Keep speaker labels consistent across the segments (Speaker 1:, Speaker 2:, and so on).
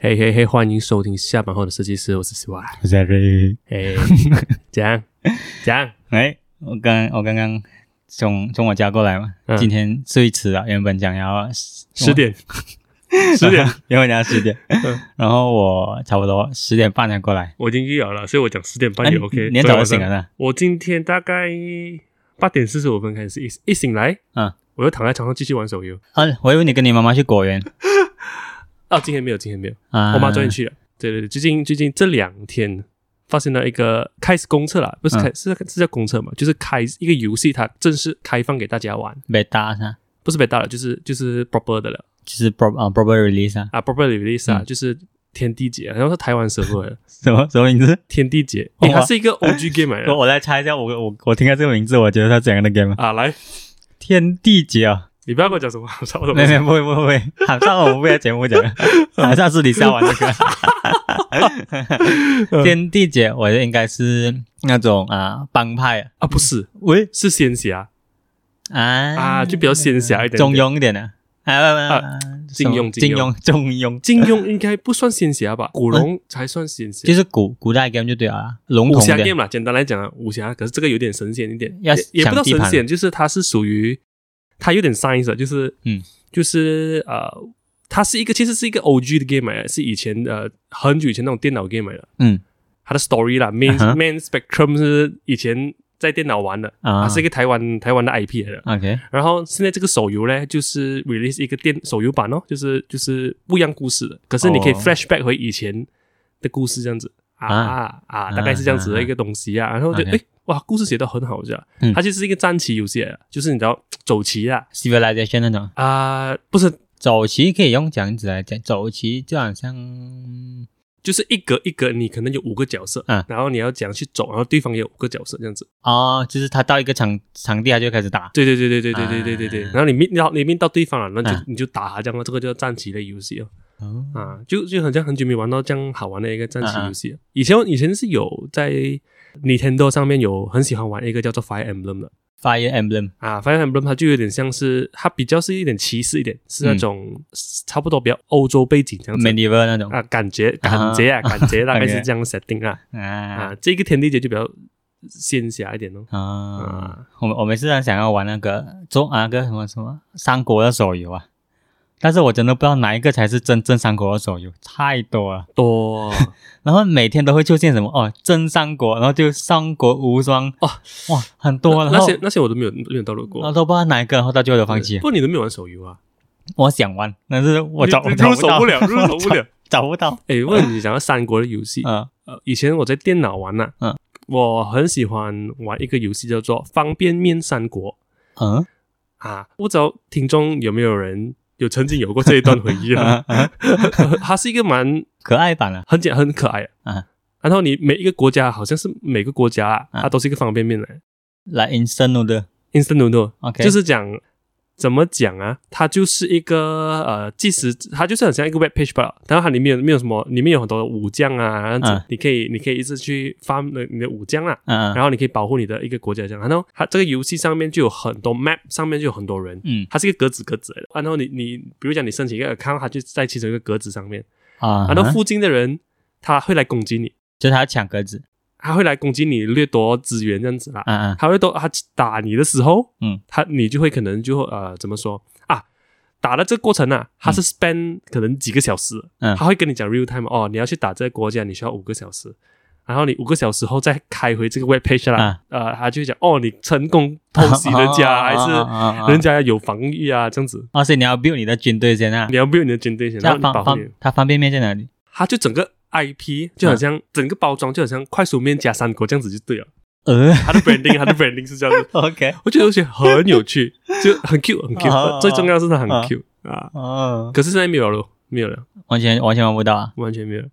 Speaker 1: 嘿嘿嘿，欢迎收听下班后的设计师，我是 CY。
Speaker 2: s a r
Speaker 1: 嘿，讲讲，
Speaker 2: 哎，我刚我刚刚从从我家过来嘛，
Speaker 1: 嗯
Speaker 2: 今天最迟了，原本讲要
Speaker 1: 十
Speaker 2: 十，
Speaker 1: 点，十点，
Speaker 2: 原本讲十点
Speaker 1: 嗯，
Speaker 2: 然后我差不多十点半才过来。
Speaker 1: 我已经咬了，所以我讲十点半
Speaker 2: 哎
Speaker 1: 也
Speaker 2: 你
Speaker 1: OK。啊
Speaker 2: 你很早就醒了呢？
Speaker 1: 我今天大概八点四十五分开始，一一醒来，
Speaker 2: 嗯，
Speaker 1: 我又躺在床上继续玩手游。
Speaker 2: 啊，我以为你跟你妈妈去果园
Speaker 1: 哦，今天没有，今天没有，
Speaker 2: 啊，
Speaker 1: 我妈昨天去了。对对对，最近最近这两天发现了一个开始公测啦，不是
Speaker 2: 嗯
Speaker 1: 开、是是叫公测嘛，就是开一个游戏，它正式开放给大家玩，
Speaker 2: 被搭噻，
Speaker 1: 不是被大了，就是就是 proper 的了。
Speaker 2: 就是 prob 啊 proper release 啊，
Speaker 1: 啊，proper release 啊，
Speaker 2: 嗯
Speaker 1: 就是天地劫，然后是台湾神来的
Speaker 2: 什么什么名字？
Speaker 1: 天地劫，诶，
Speaker 2: 哇
Speaker 1: 它是一个 OG game 来
Speaker 2: 我
Speaker 1: 的
Speaker 2: 我来猜一下，我我我听到这个名字，我觉得它怎样的 game？啊
Speaker 1: 啊。来，
Speaker 2: 天地劫啊！
Speaker 1: 你不要跟我讲什么，我操我都不
Speaker 2: 没
Speaker 1: 知
Speaker 2: 没
Speaker 1: 道
Speaker 2: 不会不会不会，好上我们不在节目讲，好上私底下玩这 个。天地姐，我应该是那种啊帮派，
Speaker 1: 啊，不是，
Speaker 2: 喂
Speaker 1: 是仙侠
Speaker 2: 啊
Speaker 1: 啊，就比较仙侠一点点。
Speaker 2: 中庸一点的啊，
Speaker 1: 金庸
Speaker 2: 金
Speaker 1: 金
Speaker 2: 庸中庸，
Speaker 1: 金庸应该不算仙侠吧，古龙才算仙侠
Speaker 2: 就，是古古代 game 就对了啊，笼
Speaker 1: 武
Speaker 2: 统
Speaker 1: 侠
Speaker 2: 一点
Speaker 1: game 啦。简单来讲啊，武侠，可是这个有点神仙一点，
Speaker 2: 要
Speaker 1: 也也不到
Speaker 2: 抢地
Speaker 1: 神
Speaker 2: 盘
Speaker 1: 仙，就是它是属于它有点 science，的就是
Speaker 2: 嗯，
Speaker 1: 就是呃。它是一个，其实是一个 O G 的 game 来的，是以前呃很久以前那种电脑 game 来的。
Speaker 2: 嗯
Speaker 1: 它的 story 啦，Main、
Speaker 2: 嗯哼
Speaker 1: Main Spectrum 是以前在电脑玩的，它
Speaker 2: 啊
Speaker 1: 是一个台湾台湾的 IP 来的。
Speaker 2: ，OK
Speaker 1: 然后现在这个手游呢，就是 release 一个电手游版哦，就是就是不一样故事的，可是你可以
Speaker 2: 哦
Speaker 1: flashback 回以前的故事这样子啊啊
Speaker 2: 啊
Speaker 1: 啊，大概是这样子的一个东西啊。然后就
Speaker 2: OK
Speaker 1: 诶，哇，故事写的很好，这样，
Speaker 2: 嗯
Speaker 1: 它就是一个战棋游戏来的，就是你知道走棋啊
Speaker 2: civilization 那种
Speaker 1: 啊、不是，
Speaker 2: 走棋可以用这样子来讲，走棋就好像
Speaker 1: 就是一格一格，你可能有五个角色，
Speaker 2: 嗯
Speaker 1: 然后你要怎样去走，然后对方也有五个角色这样子。
Speaker 2: 哦，就是他到一个场场地他就开始打，
Speaker 1: 对对对对对对对对对对。
Speaker 2: 啊
Speaker 1: 然后你命到你命到对方了，那就、
Speaker 2: 啊
Speaker 1: 你就打他这样哦，这个叫战棋类游戏哦。
Speaker 2: 哦
Speaker 1: 啊，就就好像很久没玩到这样好玩的一个
Speaker 2: 啊
Speaker 1: 战棋游戏了。以前以前是有在 Nintendo 上面有很喜欢玩一个叫做 Fire Emblem 的
Speaker 2: Fire Emblem
Speaker 1: 啊，Fire Emblem 它就有点像是它比较是一点歧视一点，是那种差不多比较欧洲背景这样子。
Speaker 2: medieval 那种
Speaker 1: 啊，感觉感觉啊，感觉大概是这样 setting 啊
Speaker 2: 啊
Speaker 1: 啊，这个天地姐就比较仙侠一点哦。
Speaker 2: 啊！我我每次很想要玩那个中啊那个什么什么三国的手游啊，但是我真的不知道哪一个才是真正三国的手游，太多了。
Speaker 1: 多
Speaker 2: 然后每天都会出现什么哦，真三国，然后就三国无双
Speaker 1: 哦，
Speaker 2: 哇，很多。啊
Speaker 1: 那
Speaker 2: 然后
Speaker 1: 些那些我都没有没有到录过
Speaker 2: 然后。都不知道哪一个，然后到最后都放弃了。
Speaker 1: 不，你都没有玩手游啊？
Speaker 2: 我想玩，但是我
Speaker 1: 你
Speaker 2: 找
Speaker 1: 你
Speaker 2: 我找
Speaker 1: 入手
Speaker 2: 到
Speaker 1: 不了入手不了，
Speaker 2: 我 找找不到。
Speaker 1: 哎，问你讲到三国的游戏，
Speaker 2: 嗯
Speaker 1: 呃，以前我在电脑玩呐，
Speaker 2: 嗯，
Speaker 1: 我很喜欢玩一个游戏叫做《方便面三国
Speaker 2: 嗯》
Speaker 1: 啊，不知道听众有没有人有曾经有过这一段回忆啊？
Speaker 2: 嗯，
Speaker 1: 它是一个蛮
Speaker 2: 可爱版了
Speaker 1: 很简很可爱的
Speaker 2: 嗯
Speaker 1: 然后你每一个国家好像是每个国家啊
Speaker 2: 嗯
Speaker 1: 它都是一个方便面来
Speaker 2: 来 instant noodle。
Speaker 1: ，instant noodle，
Speaker 2: OK，
Speaker 1: 就是讲怎么讲啊？它就是一个呃计时，它就是很像一个 web page 吧，然后它里面有没有什么，里面有很多武将啊，然后
Speaker 2: 嗯
Speaker 1: 你可以你可以一直去发你的你的武将啦，啊
Speaker 2: 嗯
Speaker 1: 然
Speaker 2: 嗯
Speaker 1: 后你可以保护你的一个国家这样。然后它这个游戏上面就有很多 map，上面就有很多人。
Speaker 2: 嗯
Speaker 1: 它是一个格子格子来的，然后你你比如讲你申请一个 account，它就在其中一个格子上面，
Speaker 2: 啊，
Speaker 1: 然后附近的人他会来攻击你，
Speaker 2: 就是他抢格子。
Speaker 1: 他会来攻击你掠夺资源这样子啦。
Speaker 2: 嗯 嗯
Speaker 1: 他会都他打你的时候，
Speaker 2: 嗯，
Speaker 1: 他你就会可能就呃怎么说啊？打的这个过程啊，他是 spend 可能几个小时，
Speaker 2: 嗯
Speaker 1: 他会跟你讲 real time 哦，你要去打这个国家，你需要五个小时，然后你五个小时后再开回这个 web page 啦，呃，他就会讲哦，你成功偷袭人家，
Speaker 2: 啊
Speaker 1: 还
Speaker 2: 嗯啊啊啊啊啊
Speaker 1: 是人家有防御啊，这样子，
Speaker 2: 哦，所以你要 build 你的军队先啊
Speaker 1: 你。要 build 你的军队先，然
Speaker 2: 那
Speaker 1: 后你保
Speaker 2: 方
Speaker 1: 护你
Speaker 2: 方，它方便面在哪里？
Speaker 1: 他就整个 IP
Speaker 2: 嗯
Speaker 1: 就好像整个包装就好像快速面加三国这样子就对了，
Speaker 2: 呃
Speaker 1: 他的 branding 他的 branding 是这样子。
Speaker 2: ，OK，
Speaker 1: 我觉得我觉得很有趣， 就很 Q 很 Q，、
Speaker 2: 啊
Speaker 1: 最重要是它很
Speaker 2: 啊
Speaker 1: Q 啊。
Speaker 2: 哦，
Speaker 1: 可是现在没有了，没有了，
Speaker 2: 完全完全玩不到啊。
Speaker 1: 完全没有了。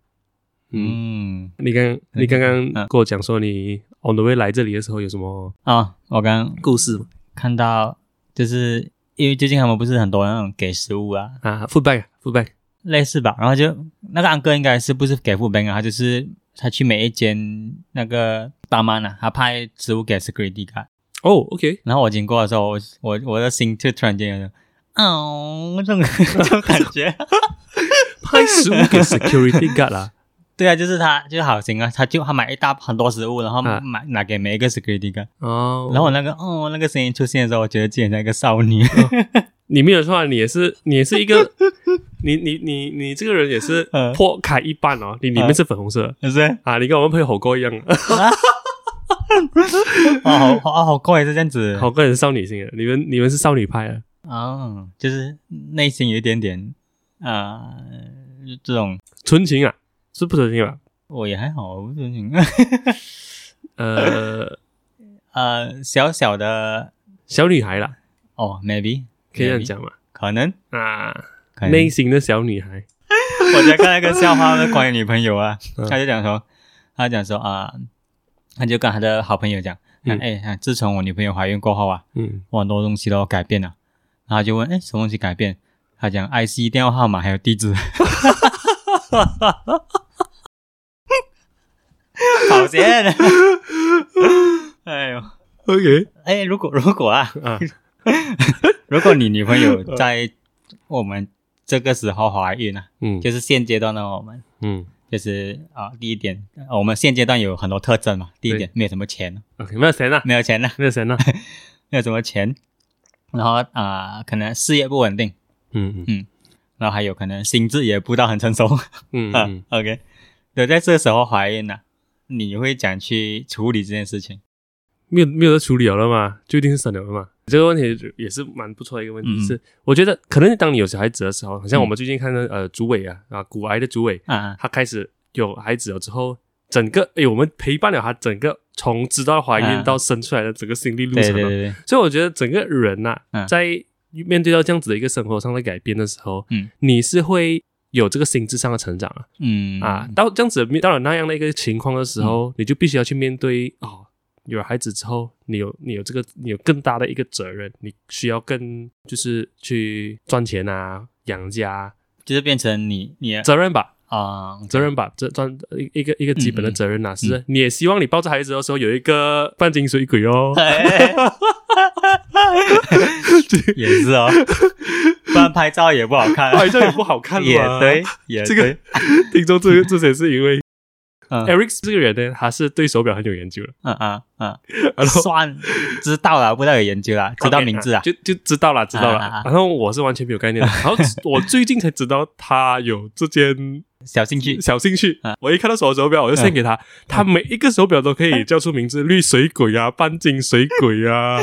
Speaker 1: 嗯，
Speaker 2: 嗯，
Speaker 1: 你刚你刚刚
Speaker 2: 嗯
Speaker 1: 跟我讲说你 on the way 来这里的时候有什么
Speaker 2: 哦，我刚
Speaker 1: 故事吗？
Speaker 2: 看到，就是因为最近他们不是很多那种给食物啊，
Speaker 1: 啊，feedback feedback
Speaker 2: 类似吧，然后就那个安哥应该是不是给副兵啊，他就是他去每一间那个大妈啊，他派食物给 security guard，
Speaker 1: 哦，OK，
Speaker 2: 然后我经过的时候，我我我 的心就突然间有种，哦，这种这种感觉。
Speaker 1: 拍食物给 security guard 啦，
Speaker 2: 对啊，就是他就好心啊，他就他买一大很多食物，然后
Speaker 1: 啊
Speaker 2: 买、拿给每一个 security guard。
Speaker 1: 哦，
Speaker 2: 然后我那个哦那个声音出现的时候，我觉得自己很像一个少 女。
Speaker 1: 你没有错啊，你也是，你也是一 个，你你你你这个人也是
Speaker 2: 嗯
Speaker 1: 破开一半哦，你里面是粉红色
Speaker 2: 是不是？
Speaker 1: 啊，你跟我们朋友火锅一样，
Speaker 2: 哦，好好好怪是这样子。
Speaker 1: 好个人少女心啊，你们你们是少女派啊，
Speaker 2: 哦，就是内心有一点点啊、这种
Speaker 1: 纯情啊，是不纯情吧？
Speaker 2: 我也还好，我不是 很
Speaker 1: 呃，
Speaker 2: 呃小小的
Speaker 1: 小女孩 啦，
Speaker 2: 哦，maybe
Speaker 1: 可以这样
Speaker 2: maybe，
Speaker 1: 讲嘛？
Speaker 2: 可能
Speaker 1: 啊，
Speaker 2: 可能
Speaker 1: 内心的小女孩，
Speaker 2: 我在看那个笑话，是关于女朋友啊
Speaker 1: 嗯，
Speaker 2: 他就讲说，他讲说啊，他就跟他的好朋友讲，哎、
Speaker 1: 嗯
Speaker 2: 啊自从我女朋友怀孕过后啊，
Speaker 1: 嗯，
Speaker 2: 我很多东西都改变了。然后他就问，哎，什么东西改变？他讲 IC 电话号码还有地址。好险！ 哎呦，
Speaker 1: OK
Speaker 2: 哎，如果如果啊，
Speaker 1: 啊，
Speaker 2: 如果你女朋友在我们这个时候怀孕啊，
Speaker 1: 嗯
Speaker 2: 就是现阶段的我们，
Speaker 1: 嗯
Speaker 2: 就是啊、第一点，呃我们现阶段有很多特征嘛。第一点，没有什么钱，
Speaker 1: ，OK，没有钱啊，
Speaker 2: 没有钱了，
Speaker 1: 没有钱啊，
Speaker 2: 没有什么钱。然后啊、可能事业不稳定，
Speaker 1: 嗯
Speaker 2: 然后还有可能心智也不到很成熟。
Speaker 1: 嗯
Speaker 2: 啊
Speaker 1: 嗯
Speaker 2: OK，对，在这时候怀孕了、你会讲去处理这件事情？
Speaker 1: 没有没有得处理了了嘛，就一定是省了了嘛。这个问题也是蛮不错的一个问题，
Speaker 2: 嗯
Speaker 1: 是我觉得可能当你有小孩子的时候，好像我们最近看到呃竹伟啊啊骨癌的竹伟，
Speaker 2: 啊，
Speaker 1: 他开始有孩子了之后，整个诶我们陪伴了他整个从知道怀孕
Speaker 2: 啊
Speaker 1: 到生出来的整个心理路
Speaker 2: 对
Speaker 1: 程
Speaker 2: 对
Speaker 1: 哦，
Speaker 2: 对对，
Speaker 1: 所以我觉得整个人呐、
Speaker 2: 嗯
Speaker 1: 在面对到这样子的一个生活上的改变的时候，
Speaker 2: 嗯，
Speaker 1: 你是会有这个心智上的成长啊。
Speaker 2: 嗯
Speaker 1: 啊，，到这样子面到了那样的一个情况的时候，你就必须要去面对哦，有了孩子之后，你有你有这个你有更大的一个责任，你需要更就是去赚钱啊，养家啊、
Speaker 2: 就是变成你你的
Speaker 1: 责任吧，
Speaker 2: 啊、
Speaker 1: 责任吧，这赚一一个一个基本的责任呐、啊，是不
Speaker 2: 嗯，
Speaker 1: 是？你也希望你抱着孩子的时候有一个半斤水鬼哦
Speaker 2: 也是哦，不然拍照也不好看，
Speaker 1: 拍照哎也不好看嘛，
Speaker 2: 也对，，也
Speaker 1: 这个
Speaker 2: 对
Speaker 1: 听众这这也是因为
Speaker 2: 嗯
Speaker 1: Eric 这个人呢，他是对手表很有研 究的，
Speaker 2: 嗯嗯嗯，
Speaker 1: 然后
Speaker 2: 算知道了，不知道有研究啦，知道
Speaker 1: OK，
Speaker 2: 名字啊，
Speaker 1: 就就知道了，知道了。
Speaker 2: 啊啊啊
Speaker 1: 然后我是完全没有概 念的，然后我最近才知道他有这件
Speaker 2: 小兴趣嗯
Speaker 1: 小兴趣。我一看到手手表，我就献给他，他每一个手表都可以叫出名字，绿水鬼啊，半斤水鬼 啊，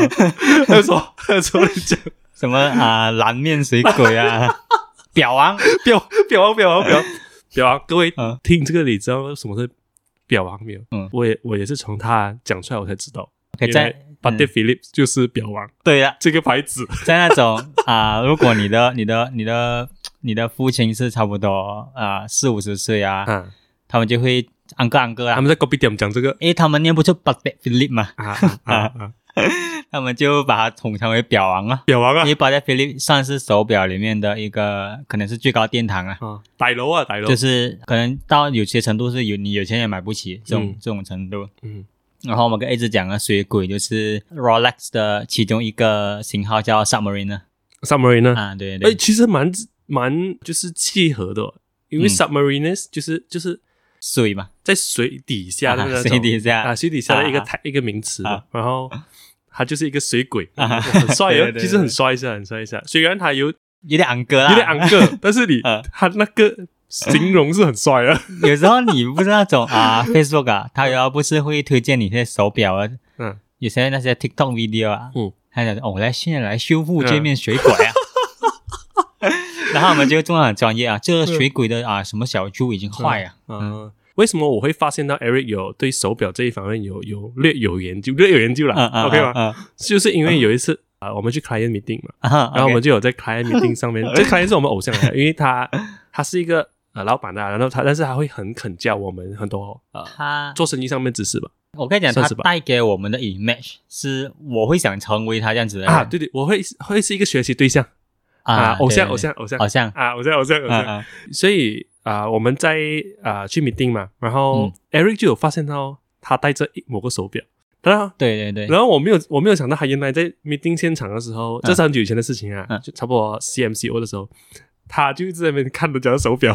Speaker 1: 还有什么还有什么讲
Speaker 2: 什么啊、蓝面水鬼啊， 表王，
Speaker 1: 表表王表王表王表王，各位
Speaker 2: 嗯
Speaker 1: 听这个你知道什么是表王没有？
Speaker 2: 嗯
Speaker 1: 我也我也是从他讲出来我才知道，
Speaker 2: 可以在
Speaker 1: 巴蒂
Speaker 2: 嗯
Speaker 1: 菲利 p 就是表王
Speaker 2: 对啊了，
Speaker 1: 这个牌子。
Speaker 2: 在那种啊、如果你的、你的、你的、你的父亲是差不多啊四五十岁啊，
Speaker 1: 啊，
Speaker 2: 他们就会安哥安哥
Speaker 1: 他
Speaker 2: 啊，
Speaker 1: 们在 copy 点讲这个
Speaker 2: 因为他们念不出 b u t Philip 嘛，
Speaker 1: 啊 啊啊啊，
Speaker 2: 他们就把它统称为表王啊。
Speaker 1: 表王啊
Speaker 2: 因。为 b u t Philip 算是手表里面的一个，可能是最高殿堂啊，
Speaker 1: 啊，大楼啊，大楼，
Speaker 2: 就是可能到有些程度是有你有钱也买不起这种、
Speaker 1: 嗯
Speaker 2: 这种程度。
Speaker 1: 嗯
Speaker 2: 然后我们跟一直讲啊，水鬼就是 Rolex 的其中一个型号叫 Submariner
Speaker 1: ，submarine 呢？
Speaker 2: 啊，对
Speaker 1: 哎，
Speaker 2: 对，
Speaker 1: 其实蛮蛮就是契合的哦，因为
Speaker 2: 嗯
Speaker 1: submarines 就是就是
Speaker 2: 水嘛，
Speaker 1: 在水底下的
Speaker 2: 啊
Speaker 1: 那种
Speaker 2: 水底下
Speaker 1: 啊，水底下的一个
Speaker 2: 啊
Speaker 1: type- 一个名词嘛
Speaker 2: 啊，
Speaker 1: 然后它就是一个水鬼，
Speaker 2: 啊
Speaker 1: 哇很帅
Speaker 2: 对
Speaker 1: 哦
Speaker 2: 对，对
Speaker 1: 其实很帅一下，很帅一下。虽然它有有
Speaker 2: 有点昂哥啦，
Speaker 1: 点昂个， 但是你
Speaker 2: 啊
Speaker 1: 它那个形容是很帅啊。
Speaker 2: 有时候你不是 那种啊，Facebook 啊，它要不是会推荐你那些手表啊，
Speaker 1: 嗯，
Speaker 2: 有些那些 TikTok video 啊，
Speaker 1: 嗯，
Speaker 2: 他讲哦，我来现在来修复这面水管啊，
Speaker 1: 嗯
Speaker 2: 然后我们就做得很专业啊，这个水鬼的啊什么小猪已经坏啊，
Speaker 1: 嗯，为什么我会发现到 Eric 有对手表这一方面有有略有研究，略有研究
Speaker 2: 嗯
Speaker 1: 啦
Speaker 2: 嗯
Speaker 1: ？OK 吗？
Speaker 2: 嗯
Speaker 1: 就是因为有一次啊，我们去 client meeting 嘛。
Speaker 2: 嗯，然
Speaker 1: 然后我们就有在 client meeting 上面，这 client 是我们偶像来的，因为他他是一个呃老板啊，然后他但是他会很肯教我们很多呃
Speaker 2: 他，
Speaker 1: 做生意上面知识吧。
Speaker 2: 我跟你讲，
Speaker 1: 算
Speaker 2: 他
Speaker 1: 是吧
Speaker 2: 带给我们的 image 是我会想成为他这样子的人
Speaker 1: 啊，对对，我会会是一个学习对象啊
Speaker 2: 啊，，
Speaker 1: 偶像
Speaker 2: 对
Speaker 1: 偶像偶像
Speaker 2: 偶像，
Speaker 1: 啊，偶像偶像偶
Speaker 2: 嗯
Speaker 1: 像。
Speaker 2: 嗯
Speaker 1: 所以啊，我们在啊去 meeting 嘛，然
Speaker 2: 嗯
Speaker 1: 后 Eric 就有发现到他戴着一某个手表，然后。
Speaker 2: 对对对，
Speaker 1: 然后我没有，我没有想到他原来在 meeting 现场的时候，这是很久以前的事情啊，
Speaker 2: 嗯
Speaker 1: 就差不多 CMCO 的时候，他就一直在那边看人家的手表，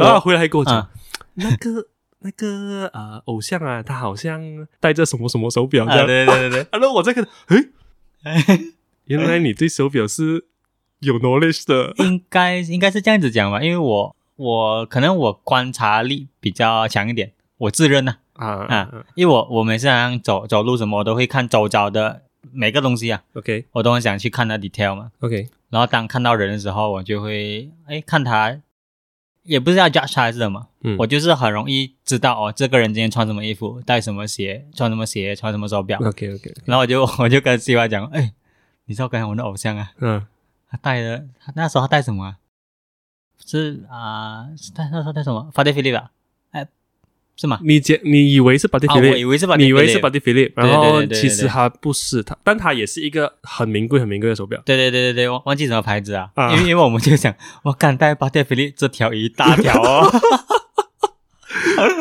Speaker 1: 然后他回来还跟我讲
Speaker 2: 啊，
Speaker 1: 那个那个呃偶像啊，他好像戴着什么什么手表这
Speaker 2: 啊，
Speaker 1: 样。
Speaker 2: 对对对
Speaker 1: 然后我再看，诶，
Speaker 2: 对，
Speaker 1: 原来你对手表是有 knowledge 的。
Speaker 2: 应该应该是这样子讲吧，因为我我可能我观察力比较强一点，我自认呐、
Speaker 1: 啊
Speaker 2: 啊，因为我我每次好像走走路什么，我都会看周遭的每个东西啊，
Speaker 1: ，OK
Speaker 2: 我都很想去看那 detail 嘛。
Speaker 1: OK，
Speaker 2: 然后当看到人的时候，我就会哎看他，也不是要 judge 他还是什么，
Speaker 1: 嗯，
Speaker 2: 我就是很容易知道哦，这个人今天穿什么衣服，戴什么鞋，穿什么鞋，穿什么手表。
Speaker 1: OK OK，
Speaker 2: 然后我就 我就跟 C Y 讲，哎，你知道刚才我的偶像啊，
Speaker 1: 嗯
Speaker 2: 他戴的，他那时候他戴什么、啊？是啊、是戴那时候戴什么 f a d i p h i l i p 啊？哎，是吗？
Speaker 1: 你讲你以为是 Body
Speaker 2: 啊，我
Speaker 1: Philip，、
Speaker 2: 以为是 f a d
Speaker 1: 你
Speaker 2: i
Speaker 1: 以
Speaker 2: p h
Speaker 1: 为
Speaker 2: i l i
Speaker 1: 是
Speaker 2: p
Speaker 1: Body Philip，
Speaker 2: 对对对
Speaker 1: 然后
Speaker 2: 对对
Speaker 1: 其实
Speaker 2: 对
Speaker 1: 它不是它，但它也是一个很名贵很名贵的手表。
Speaker 2: 对对对对对，忘忘记什么牌子啊？
Speaker 1: 啊
Speaker 2: 因为因为我们就想，我敢戴 f a d i p h i l i p 这条一大条哦。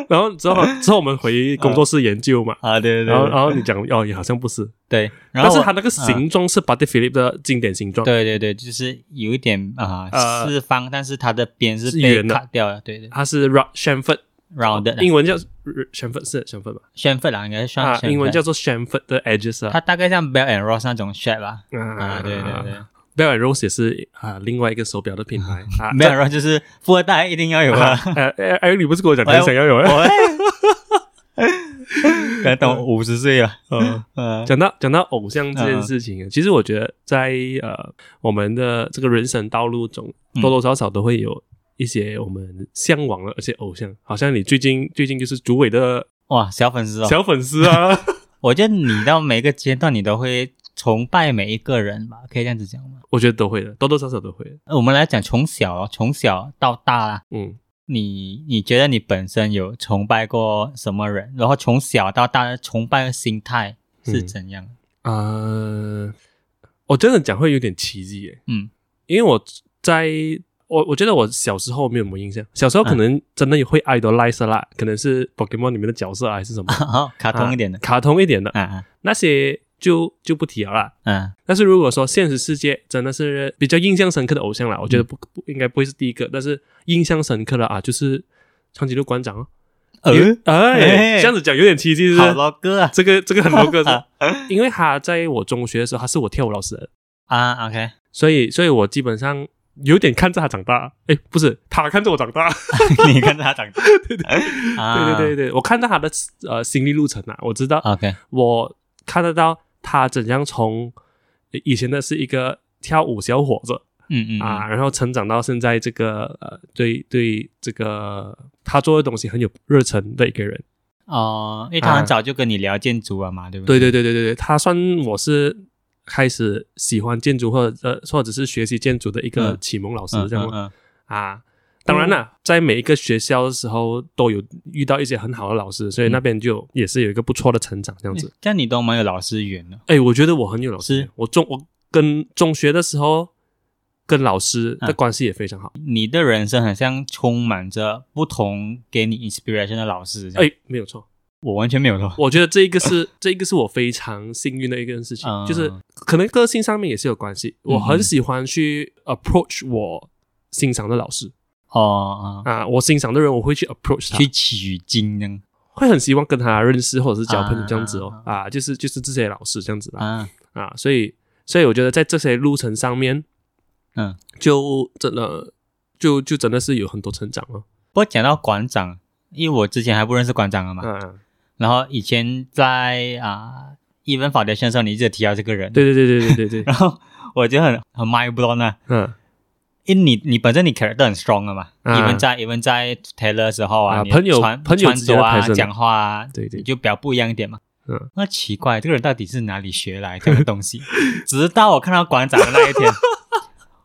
Speaker 1: 然后之后之后我们回工作室研究嘛，
Speaker 2: 啊，对对对，
Speaker 1: 然后然后你讲哦也好像不是，
Speaker 2: 对，然
Speaker 1: 但
Speaker 2: 后
Speaker 1: 是
Speaker 2: 我
Speaker 1: 它那个形状是 Body Philip 的经典形状。
Speaker 2: 对对对，就是有一点啊、
Speaker 1: 呃
Speaker 2: 四方，但是它的边是
Speaker 1: 是
Speaker 2: 被
Speaker 1: 圆的
Speaker 2: 卡掉了，对对
Speaker 1: 它是 Rod Shanford，
Speaker 2: ，rounded 的。
Speaker 1: 英文叫 Shanford 是 Shanford 吧？
Speaker 2: 炫富啦，应该是算
Speaker 1: 啊，
Speaker 2: 炫
Speaker 1: 英文
Speaker 2: 富
Speaker 1: 叫做 Shanford 的 Edges 啊。
Speaker 2: 它大概像 Bell and Ross 那种炫吧。啊，
Speaker 1: 啊
Speaker 2: 对对对。
Speaker 1: Bell and Rose 也是啊，另外一个手表的品牌 啊。
Speaker 2: ，Bell and Ross 就是富二代一定要 有啊。
Speaker 1: 呃，哎哎，你不是跟我讲你
Speaker 2: 哎
Speaker 1: 想要有？啊
Speaker 2: 我 可能等我五十岁了，
Speaker 1: 嗯。
Speaker 2: 嗯，
Speaker 1: 讲到讲到偶像这件事情，啊其实我觉得在呃我们的这个人生道路中，
Speaker 2: 嗯
Speaker 1: 多多少少都会有一些我们向往的，而且偶像，好像你最近最近就是主委的
Speaker 2: 哇，小粉丝哦，
Speaker 1: 小粉丝啊，
Speaker 2: 我觉得你到每个阶段，你都会崇拜每一个人吧，可以这样子讲吗？
Speaker 1: 我觉得都会的，多多少少都会的。
Speaker 2: 呃我们来讲从小哦，从小到大啦，
Speaker 1: 嗯，
Speaker 2: 你你觉得你本身有崇拜过什么人？然后从小到大的崇拜的心态是怎样？
Speaker 1: 呃，我真的讲会有点奇迹耶，
Speaker 2: 嗯，
Speaker 1: 因为我在我我觉得我小时候没有什么印象，小时候可能真的也会 idolize 啦，可能是 Pokemon 里面的角色啊，还是什么
Speaker 2: 哦， 卡通一点的
Speaker 1: 啊，卡通一点的
Speaker 2: 啊啊
Speaker 1: 那些就就不提了啦。
Speaker 2: 啊，
Speaker 1: 但是如果说现实世界真的是比较印象深刻的偶像啦，我觉得不不应该不会是第一个，但是印象深刻的啊，就是长颈鹿馆长哦。
Speaker 2: 呃
Speaker 1: 因为哎，
Speaker 2: 哎
Speaker 1: 这样子讲有点奇迹，是不
Speaker 2: 好
Speaker 1: 是？
Speaker 2: 多个啊
Speaker 1: 这个这个很多个是，因为他在我中学的时候，他是我跳舞老师的，
Speaker 2: 啊，OK，
Speaker 1: 所以所以我基本上有点看着他长大。哎，不是，他看着我长大。
Speaker 2: 你跟他长大，对
Speaker 1: 对
Speaker 2: 对
Speaker 1: 对对对，我看到他的呃心理路程啊，我知道
Speaker 2: ，OK，
Speaker 1: 我看得到他怎样从以前的是一个跳舞小伙子。
Speaker 2: 嗯嗯
Speaker 1: 啊，，然后成长到现在这个呃，对对，这个他做的东西很有热忱的一个人。
Speaker 2: 嗯哦，因为他
Speaker 1: 啊
Speaker 2: 很早就跟你聊建筑了嘛，对不
Speaker 1: 对
Speaker 2: 对
Speaker 1: 对对对对对，他算我是开始喜欢建筑或者呃或者是学习建筑的一个
Speaker 2: 嗯
Speaker 1: 启蒙老师，
Speaker 2: 嗯
Speaker 1: 这样、
Speaker 2: 嗯嗯
Speaker 1: 啊。当然了，在每一个学校的时候都有遇到一些很好的老师，所
Speaker 2: 嗯
Speaker 1: 以那边就有、也是有一个不错的成长这样子。
Speaker 2: 这样你都蛮有老师缘的，
Speaker 1: 哎、我觉得我很有老师
Speaker 2: 是
Speaker 1: 缘，我中我跟中学的时候跟老师的
Speaker 2: 嗯
Speaker 1: 关系也非常好。
Speaker 2: 你的人生很像充满着不同给你 inspiration 的老师，这
Speaker 1: 哎、哦
Speaker 2: 样
Speaker 1: 没有错，
Speaker 2: 我完全没有的，
Speaker 1: 我觉得这一个是这一个是我非常幸运的一件事情，
Speaker 2: 嗯
Speaker 1: 就是可能个性上面也是有关系。我很喜欢去 approach 我欣赏的老师
Speaker 2: 哦哦，
Speaker 1: 啊，我欣赏的人我会去 approach 他
Speaker 2: 去，取经呢，
Speaker 1: 会很希望跟他认识或者是交朋友
Speaker 2: 啊
Speaker 1: 这样子哦啊，就是就是这些老师这样子啦
Speaker 2: 啊，
Speaker 1: 啊，所以所以我觉得在这些路程上面
Speaker 2: 嗯。
Speaker 1: 就真的就就真的是有很多成长哦，
Speaker 2: 不过讲到馆长，因为我之前还不认识馆长的嘛，
Speaker 1: 啊，
Speaker 2: 然后以前在啊、Even Foundation 的时候，你一直提到这个人，，
Speaker 1: 对对对对对对对，
Speaker 2: 然后我就很很 mind blown 啊，
Speaker 1: 嗯
Speaker 2: 因为你你本身你 character 很 strong 的嘛、
Speaker 1: 啊
Speaker 2: e v e n 在 Even 在 Taylor 的时候啊，
Speaker 1: 啊
Speaker 2: 你
Speaker 1: 朋友
Speaker 2: 穿
Speaker 1: 朋友
Speaker 2: 穿
Speaker 1: 之间
Speaker 2: 着
Speaker 1: 的
Speaker 2: 啊
Speaker 1: presence
Speaker 2: 讲话啊，
Speaker 1: 对对
Speaker 2: 你就比较不一样一点嘛。
Speaker 1: 嗯，
Speaker 2: 那奇怪，这个人到底是哪里学来这样的东西？ 直到我看到馆长的那 一天，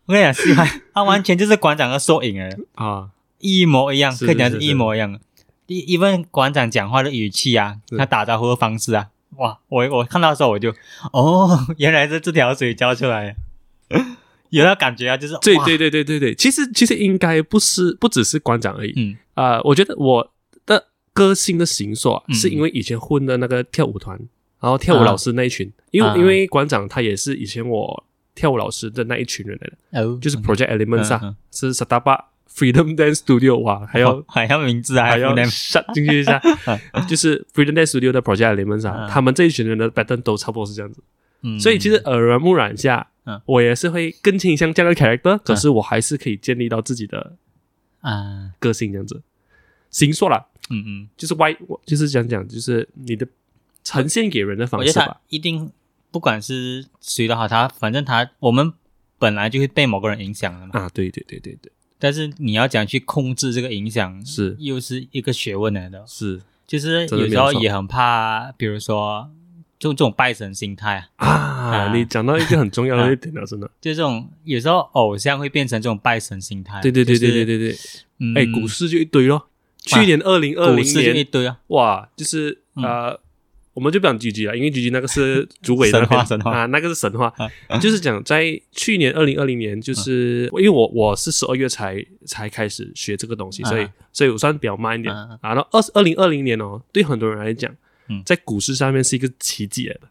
Speaker 2: 我跟你讲，西海他完全就是馆长的缩影哎。
Speaker 1: 啊，
Speaker 2: 一模一样，
Speaker 1: 是
Speaker 2: 可以讲
Speaker 1: 是
Speaker 2: 是
Speaker 1: 是
Speaker 2: 一模一样的。一一问馆长讲话的语气啊
Speaker 1: 是，
Speaker 2: 他打招呼的方式啊，哇！我我看到的时候我就，哦，原来是这条水教出来的， 有那感觉啊，就是
Speaker 1: 对
Speaker 2: 哇
Speaker 1: 对对对对对，其实其实应该不是不只是馆长而已，
Speaker 2: 嗯
Speaker 1: 啊，我觉得我的个性的形塑、啊
Speaker 2: 嗯
Speaker 1: 是因为以前混的那个跳舞团，然后跳舞老师那一群，因为、
Speaker 2: 啊
Speaker 1: 因为馆长他也是以前我跳舞老师的那一群人来的，
Speaker 2: 哦，
Speaker 1: 嗯就是 Project Elements 啊，
Speaker 2: 嗯嗯
Speaker 1: 是 Sataba Freedom Dance Studio，哇， 还要
Speaker 2: 还要名字啊，
Speaker 1: 还要
Speaker 2: 不能
Speaker 1: shut 进去一下， 就是 Freedom Dance Studio 的 Project Elements 啊，
Speaker 2: 嗯
Speaker 1: 他们这一群人的 pattern 都差不多是这样子。
Speaker 2: 嗯
Speaker 1: 所以其实耳濡目染下，
Speaker 2: 嗯
Speaker 1: 我也是会更倾向这样的 character，可是我还是可以建立到自己的
Speaker 2: 啊，
Speaker 1: 个性这样子。行说了，
Speaker 2: 嗯嗯，
Speaker 1: 就是歪，就是讲讲，就是你的呈现给人的
Speaker 2: 我
Speaker 1: 方
Speaker 2: 觉
Speaker 1: 式吧
Speaker 2: 得他。一定不管是谁都好，他反正他我们本来就会被某个人影响的嘛，
Speaker 1: 啊，对对对对对，
Speaker 2: 但是你要讲去控制这个影响，
Speaker 1: 是
Speaker 2: 又是一个学问来的。
Speaker 1: 是
Speaker 2: 就是
Speaker 1: 真的
Speaker 2: 有
Speaker 1: 没
Speaker 2: 时
Speaker 1: 有
Speaker 2: 候
Speaker 1: 错
Speaker 2: 也很怕，比如说就这种拜神心态啊，
Speaker 1: 啊，
Speaker 2: 啊
Speaker 1: 你讲到一个很重要的一点了，真 的。
Speaker 2: 就这种有时候偶像会变成这种拜神心态。
Speaker 1: 对对对对对
Speaker 2: 对，
Speaker 1: 对对，
Speaker 2: 啊嗯，
Speaker 1: 哎，股市就一堆咯。去年二零二
Speaker 2: 股
Speaker 1: 零
Speaker 2: 市就一
Speaker 1: 年，
Speaker 2: 堆啊，
Speaker 1: 哇，就是
Speaker 2: 嗯
Speaker 1: 呃，我们就不讲 GG 了，因为 GG 那个是 主委那边
Speaker 2: 神话神话
Speaker 1: 啊，那个是神话，就是讲在去年二零二零年，就是因为我我是十二月才才开始学这个东西，所以
Speaker 2: 啊
Speaker 1: 所以我算比较慢一点
Speaker 2: 啊啊
Speaker 1: 啊。然后二二零二零年哦，对很多人来讲
Speaker 2: 嗯，
Speaker 1: 在股市上面是一个奇迹来的。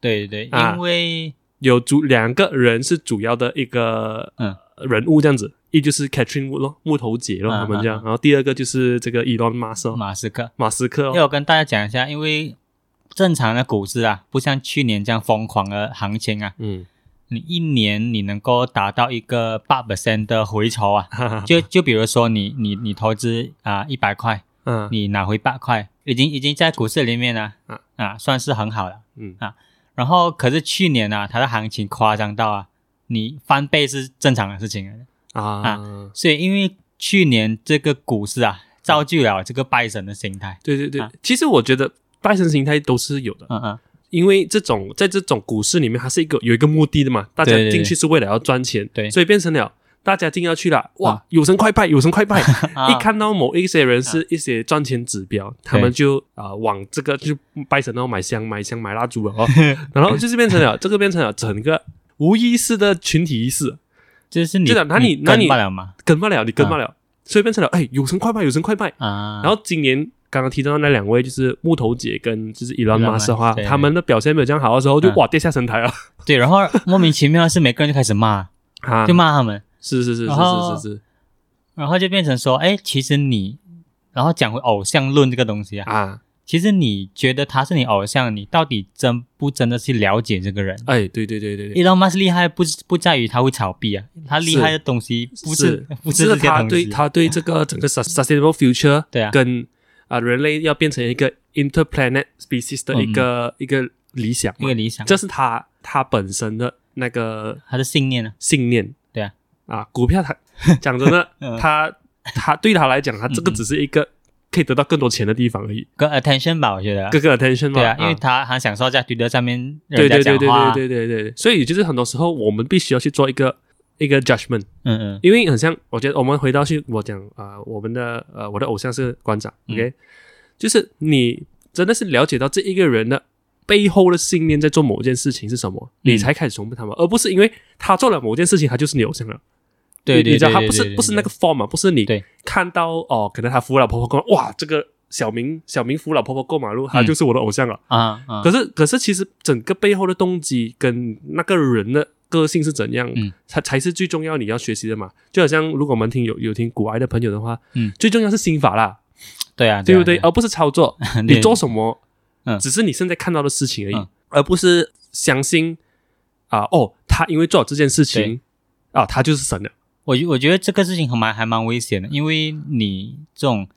Speaker 2: 对对对，
Speaker 1: 啊
Speaker 2: 因为
Speaker 1: 有主两个人是主要的一个
Speaker 2: 嗯
Speaker 1: 人物这样子，一就是 Catherine Wood 咯，木头姐咯，
Speaker 2: 啊
Speaker 1: 我们
Speaker 2: 啊
Speaker 1: 讲，然后第二个就是这个 Elon Musk 咯
Speaker 2: 马斯克，
Speaker 1: 马斯克哦，
Speaker 2: 要我跟大家讲一下，因为正常的股市啊，不像去年这样疯狂的行情啊，
Speaker 1: 嗯，
Speaker 2: 你一年你能够达到一个八 percent 的回酬啊，
Speaker 1: 哈哈，
Speaker 2: 就就比如说你你你投资啊一百块，
Speaker 1: 嗯
Speaker 2: 你拿回八块，已经已经在股市里面呢、啊
Speaker 1: 啊，
Speaker 2: 算是很好了。啊
Speaker 1: 嗯
Speaker 2: 然后可是去年啊，它的行情夸张到啊，你翻倍是正常的事情来的。
Speaker 1: 啊，
Speaker 2: 所以因为去年这个股市啊，造就了这个拜神的心态。
Speaker 1: 对对对
Speaker 2: 啊，
Speaker 1: 其实我觉得拜神形态都是有的，
Speaker 2: 嗯嗯，
Speaker 1: 因为这种在这种股市里面，它是一个有一个目的的嘛，大家
Speaker 2: 对对对
Speaker 1: 进去是为了要赚钱，
Speaker 2: 对
Speaker 1: 所以变成了。大家进要去了，哇
Speaker 2: 啊！
Speaker 1: 有神快拜，有神快拜！
Speaker 2: 啊
Speaker 1: 一看到某一些人是一些赚钱指标，他们就啊、呃往这个就拜神，然后哦买香、买香、买蜡烛 了哦，然后就是变成了这个变成了整个无意识的群体意识，
Speaker 2: 就是你
Speaker 1: 就讲那你那你
Speaker 2: 跟不了嘛
Speaker 1: 跟不了你跟不了，所以变成了哎有神快拜，有神快拜！
Speaker 2: 啊，
Speaker 1: 然后今年刚刚提到那两位就是木头姐跟就是伊
Speaker 2: Elon
Speaker 1: m 马斯的
Speaker 2: Musk，
Speaker 1: 话
Speaker 2: 对，
Speaker 1: 他们的表现没有这样好的时候，就
Speaker 2: 嗯
Speaker 1: 哇跌下神台了
Speaker 2: 对，然后莫名其妙是每个人就开始骂，
Speaker 1: 啊！
Speaker 2: 就骂他们，
Speaker 1: 是是是是
Speaker 2: 然后
Speaker 1: 是是是
Speaker 2: 然后就变成说，哎，其实你，然后讲回偶像论这个东西啊，
Speaker 1: 啊！
Speaker 2: 其实你觉得他是你偶像，你到底真不真的去了解这个人？
Speaker 1: 哎，对对对对对，
Speaker 2: Elon Musk 厉害不是不在于他会炒币啊，他厉害的东西不是 不
Speaker 1: 是
Speaker 2: 这些
Speaker 1: 他
Speaker 2: 东
Speaker 1: 对
Speaker 2: 西，
Speaker 1: 他对这 个整个 sus- sustainable future
Speaker 2: 对啊
Speaker 1: 跟啊人类要变成一个 interplanet species 的一个一个理想
Speaker 2: 嗯一
Speaker 1: 嘛
Speaker 2: 个，理想，
Speaker 1: 这是他他本身的那个
Speaker 2: 他的信念啊，
Speaker 1: 信念。
Speaker 2: 对啊，
Speaker 1: 啊，股票 它讲真的
Speaker 2: 嗯，
Speaker 1: 它它对他来讲，它这个
Speaker 2: 嗯嗯
Speaker 1: 只是一个可以得到更多钱的地方而已，
Speaker 2: 跟 attention 吧，我觉得，
Speaker 1: 各个 attention 嘛。
Speaker 2: 对啊，因为他很享受在 Twitter 上面
Speaker 1: 对
Speaker 2: 人家
Speaker 1: 对对
Speaker 2: 讲
Speaker 1: 对
Speaker 2: 话啊，
Speaker 1: 对对对对对，所以就是很多时候我们必须要去做一个一个 judgment，
Speaker 2: 嗯嗯
Speaker 1: 因为很像，我觉得我们回到去我讲啊、呃我们的呃我的偶像是馆长、
Speaker 2: 嗯
Speaker 1: o k 就是你真的是了解到这一个人的背后的信念在做某件事情是什么，
Speaker 2: 嗯
Speaker 1: 你才开始崇拜他们，而不是因为他做了某件事情，他就是你偶像了。
Speaker 2: 对
Speaker 1: 你
Speaker 2: 对，
Speaker 1: 你知道
Speaker 2: 对
Speaker 1: 他
Speaker 2: 对
Speaker 1: 不是
Speaker 2: 对
Speaker 1: 不是那个 form 啊嘛，不是你
Speaker 2: 对
Speaker 1: 看到哦，可能他扶老婆婆过，哇，这个小明小明扶老婆婆过马路，他
Speaker 2: 嗯
Speaker 1: 就是我的偶像了。
Speaker 2: 啊啊
Speaker 1: 可，是可是其实整个背后的动机跟那个人的个性是怎样，
Speaker 2: 嗯
Speaker 1: 才才是最重要你要学习的嘛。就好像如果我们听有有听古埃的朋友的话，
Speaker 2: 嗯
Speaker 1: 最重要是心法啦，
Speaker 2: 对啊，
Speaker 1: 对
Speaker 2: 啊
Speaker 1: 不对？
Speaker 2: 啊
Speaker 1: 而不是操作，
Speaker 2: 对
Speaker 1: 你做什么，
Speaker 2: 嗯
Speaker 1: 只是你现在看到的事情而已，
Speaker 2: 嗯
Speaker 1: 而不是相信啊、哦，他因为做了这件事情啊，他就是神了。
Speaker 2: 我觉我觉得这个事情还蛮还蛮危险的，因为你这种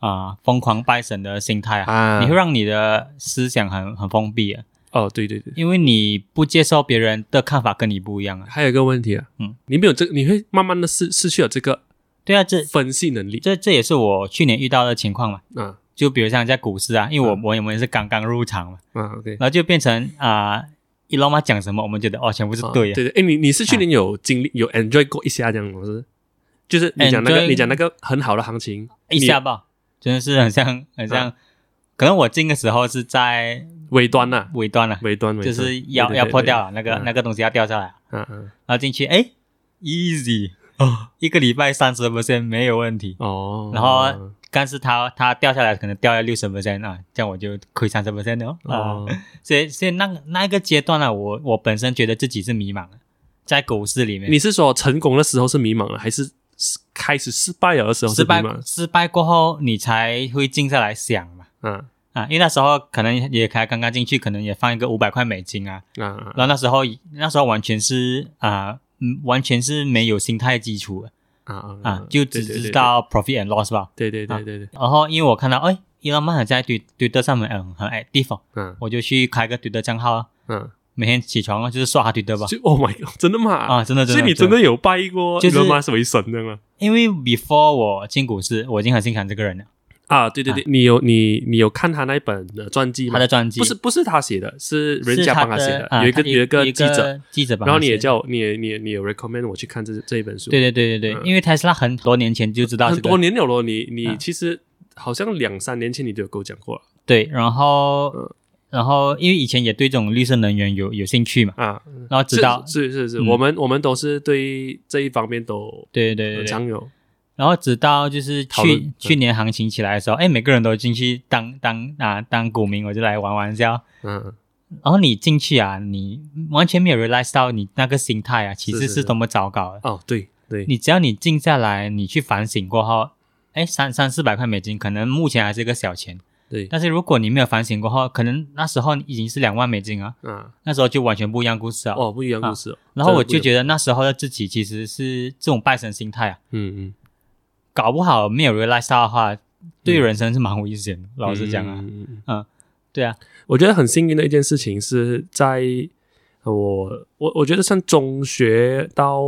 Speaker 2: 啊疯狂拜神的心态
Speaker 1: 啊
Speaker 2: 啊，你会让你的思想很很封闭啊，
Speaker 1: 哦，对对对。
Speaker 2: 因为你不接受别人的看法跟你不一样啊。
Speaker 1: 还有一个问题啊，
Speaker 2: 嗯，
Speaker 1: 你没有这，你会慢慢的失失去了这个
Speaker 2: 对啊，这
Speaker 1: 分析能力
Speaker 2: 这这也是我去年遇到的情况嘛。
Speaker 1: 啊
Speaker 2: 就比如像在股市啊，因为我、
Speaker 1: 嗯
Speaker 2: 我们也是刚刚入场嘛，
Speaker 1: 啊，OK，
Speaker 2: 然后就变成啊，伊老妈讲什么，我们觉得哦，全部是
Speaker 1: 啊
Speaker 2: 对的。
Speaker 1: 对对，哎，你你是去年有经历有 enjoy 过一下这样吗，是不是？就是你讲那个
Speaker 2: Enjoy-
Speaker 1: 你讲那个很好的行情，
Speaker 2: 一下吧，真的是很像很像，
Speaker 1: 啊
Speaker 2: 可能我进的时候是在
Speaker 1: 尾端呐，
Speaker 2: 尾端了、啊
Speaker 1: 尾端，尾
Speaker 2: 嗯就
Speaker 1: 端
Speaker 2: 是要要破掉了，那个、那
Speaker 1: 个
Speaker 2: 个东西要掉下来，
Speaker 1: 啊啊
Speaker 2: 然后进去哎，easy，
Speaker 1: 啊
Speaker 2: 一个礼拜三十 percent 没有问题。
Speaker 1: 哦，
Speaker 2: 然后，但是它它掉下来可能掉了六十 percent 啊，这样我就亏三十 percent 了啊
Speaker 1: 哦。，
Speaker 2: 所以所以那那个阶段呢、啊我我本身觉得自己是迷茫的，在股市里面，
Speaker 1: 你是说成功的时候是迷茫了，还是开始失败了的时候
Speaker 2: 失
Speaker 1: 是
Speaker 2: 败
Speaker 1: 对吗？
Speaker 2: 失败过后，你才会静下来想嘛。
Speaker 1: 啊
Speaker 2: 啊，因为那时候可能也才刚刚进去，可能也放一个五百块美金啊，
Speaker 1: 啊啊
Speaker 2: 然后那时候那时候完全是啊、嗯，完全是没有心态基础的
Speaker 1: 啊
Speaker 2: 啊，就只知道 profit and loss 吧。
Speaker 1: 对对对对对，
Speaker 2: 然后因为我看到哎，伊朗曼很在推推特上面嗯很 active，、哦、
Speaker 1: 嗯
Speaker 2: 我就去开个推特账号啊，
Speaker 1: 嗯，
Speaker 2: 每天起床啊就是刷他推特吧。
Speaker 1: 就 Oh my God，真的吗？
Speaker 2: 啊，真的真
Speaker 1: 所
Speaker 2: 的，
Speaker 1: 以你真的有拜过
Speaker 2: 就是
Speaker 1: Elon Musk 为神的吗？
Speaker 2: 因为 before 我进股市，我已经很欣赏这个人了，
Speaker 1: 啊，对对对，你有你你有看他那本的传记吗？
Speaker 2: 他的传记
Speaker 1: 不是不是他写的，是人家
Speaker 2: 是
Speaker 1: 帮
Speaker 2: 他
Speaker 1: 他写
Speaker 2: 的，啊
Speaker 1: 有一个
Speaker 2: 他
Speaker 1: 有一个记者，
Speaker 2: 记者帮
Speaker 1: 然
Speaker 2: 他写的，
Speaker 1: 后你也叫我你也你也你有 recommend 我去看这这一本书，
Speaker 2: 对对对对对，
Speaker 1: 嗯
Speaker 2: 因为 Tesla 很多年前就知道
Speaker 1: 很
Speaker 2: 这个
Speaker 1: 多年了咯，你你
Speaker 2: 啊
Speaker 1: 其实好像两三年前你都有跟我讲过了
Speaker 2: 对，然后、
Speaker 1: 嗯
Speaker 2: 然后因为以前也对这种绿色能源有有兴趣嘛，
Speaker 1: 啊，
Speaker 2: 然后知道，
Speaker 1: 是是是是，
Speaker 2: 嗯
Speaker 1: 我们我们都是对这一方面都
Speaker 2: 对对对对，
Speaker 1: 常有
Speaker 2: 然后直到就是
Speaker 1: 讨论
Speaker 2: 去
Speaker 1: 嗯
Speaker 2: 去年行情起来的时候，哎，每个人都进去当当啊当股民，我就来玩玩一下。
Speaker 1: 嗯
Speaker 2: 然后你进去啊，你完全没有 realize 到你那个心态啊，其
Speaker 1: 是
Speaker 2: 实
Speaker 1: 是
Speaker 2: 是多么糟糕的。
Speaker 1: 哦对对
Speaker 2: 你只要你静下来，你去反省过后，哎，三三四百块美金，可能目前还是一个小钱，
Speaker 1: 对
Speaker 2: 但是如果你没有反省过后，可能那时候已经是两万美金啊，
Speaker 1: 啊
Speaker 2: 那时候就完全不一样故事啊。
Speaker 1: 哦不一样故事哦，
Speaker 2: 然后我
Speaker 1: 真的
Speaker 2: 就
Speaker 1: 不一样
Speaker 2: 觉得那时候的自己其实是这种拜神心态啊，
Speaker 1: 嗯嗯，
Speaker 2: 搞不好没有 realize 到的话，对人生是蛮危险的。老实讲啊
Speaker 1: 嗯，，嗯嗯嗯
Speaker 2: 对啊，
Speaker 1: 我觉得很幸运的一件事情是在呃我我我觉得上中学到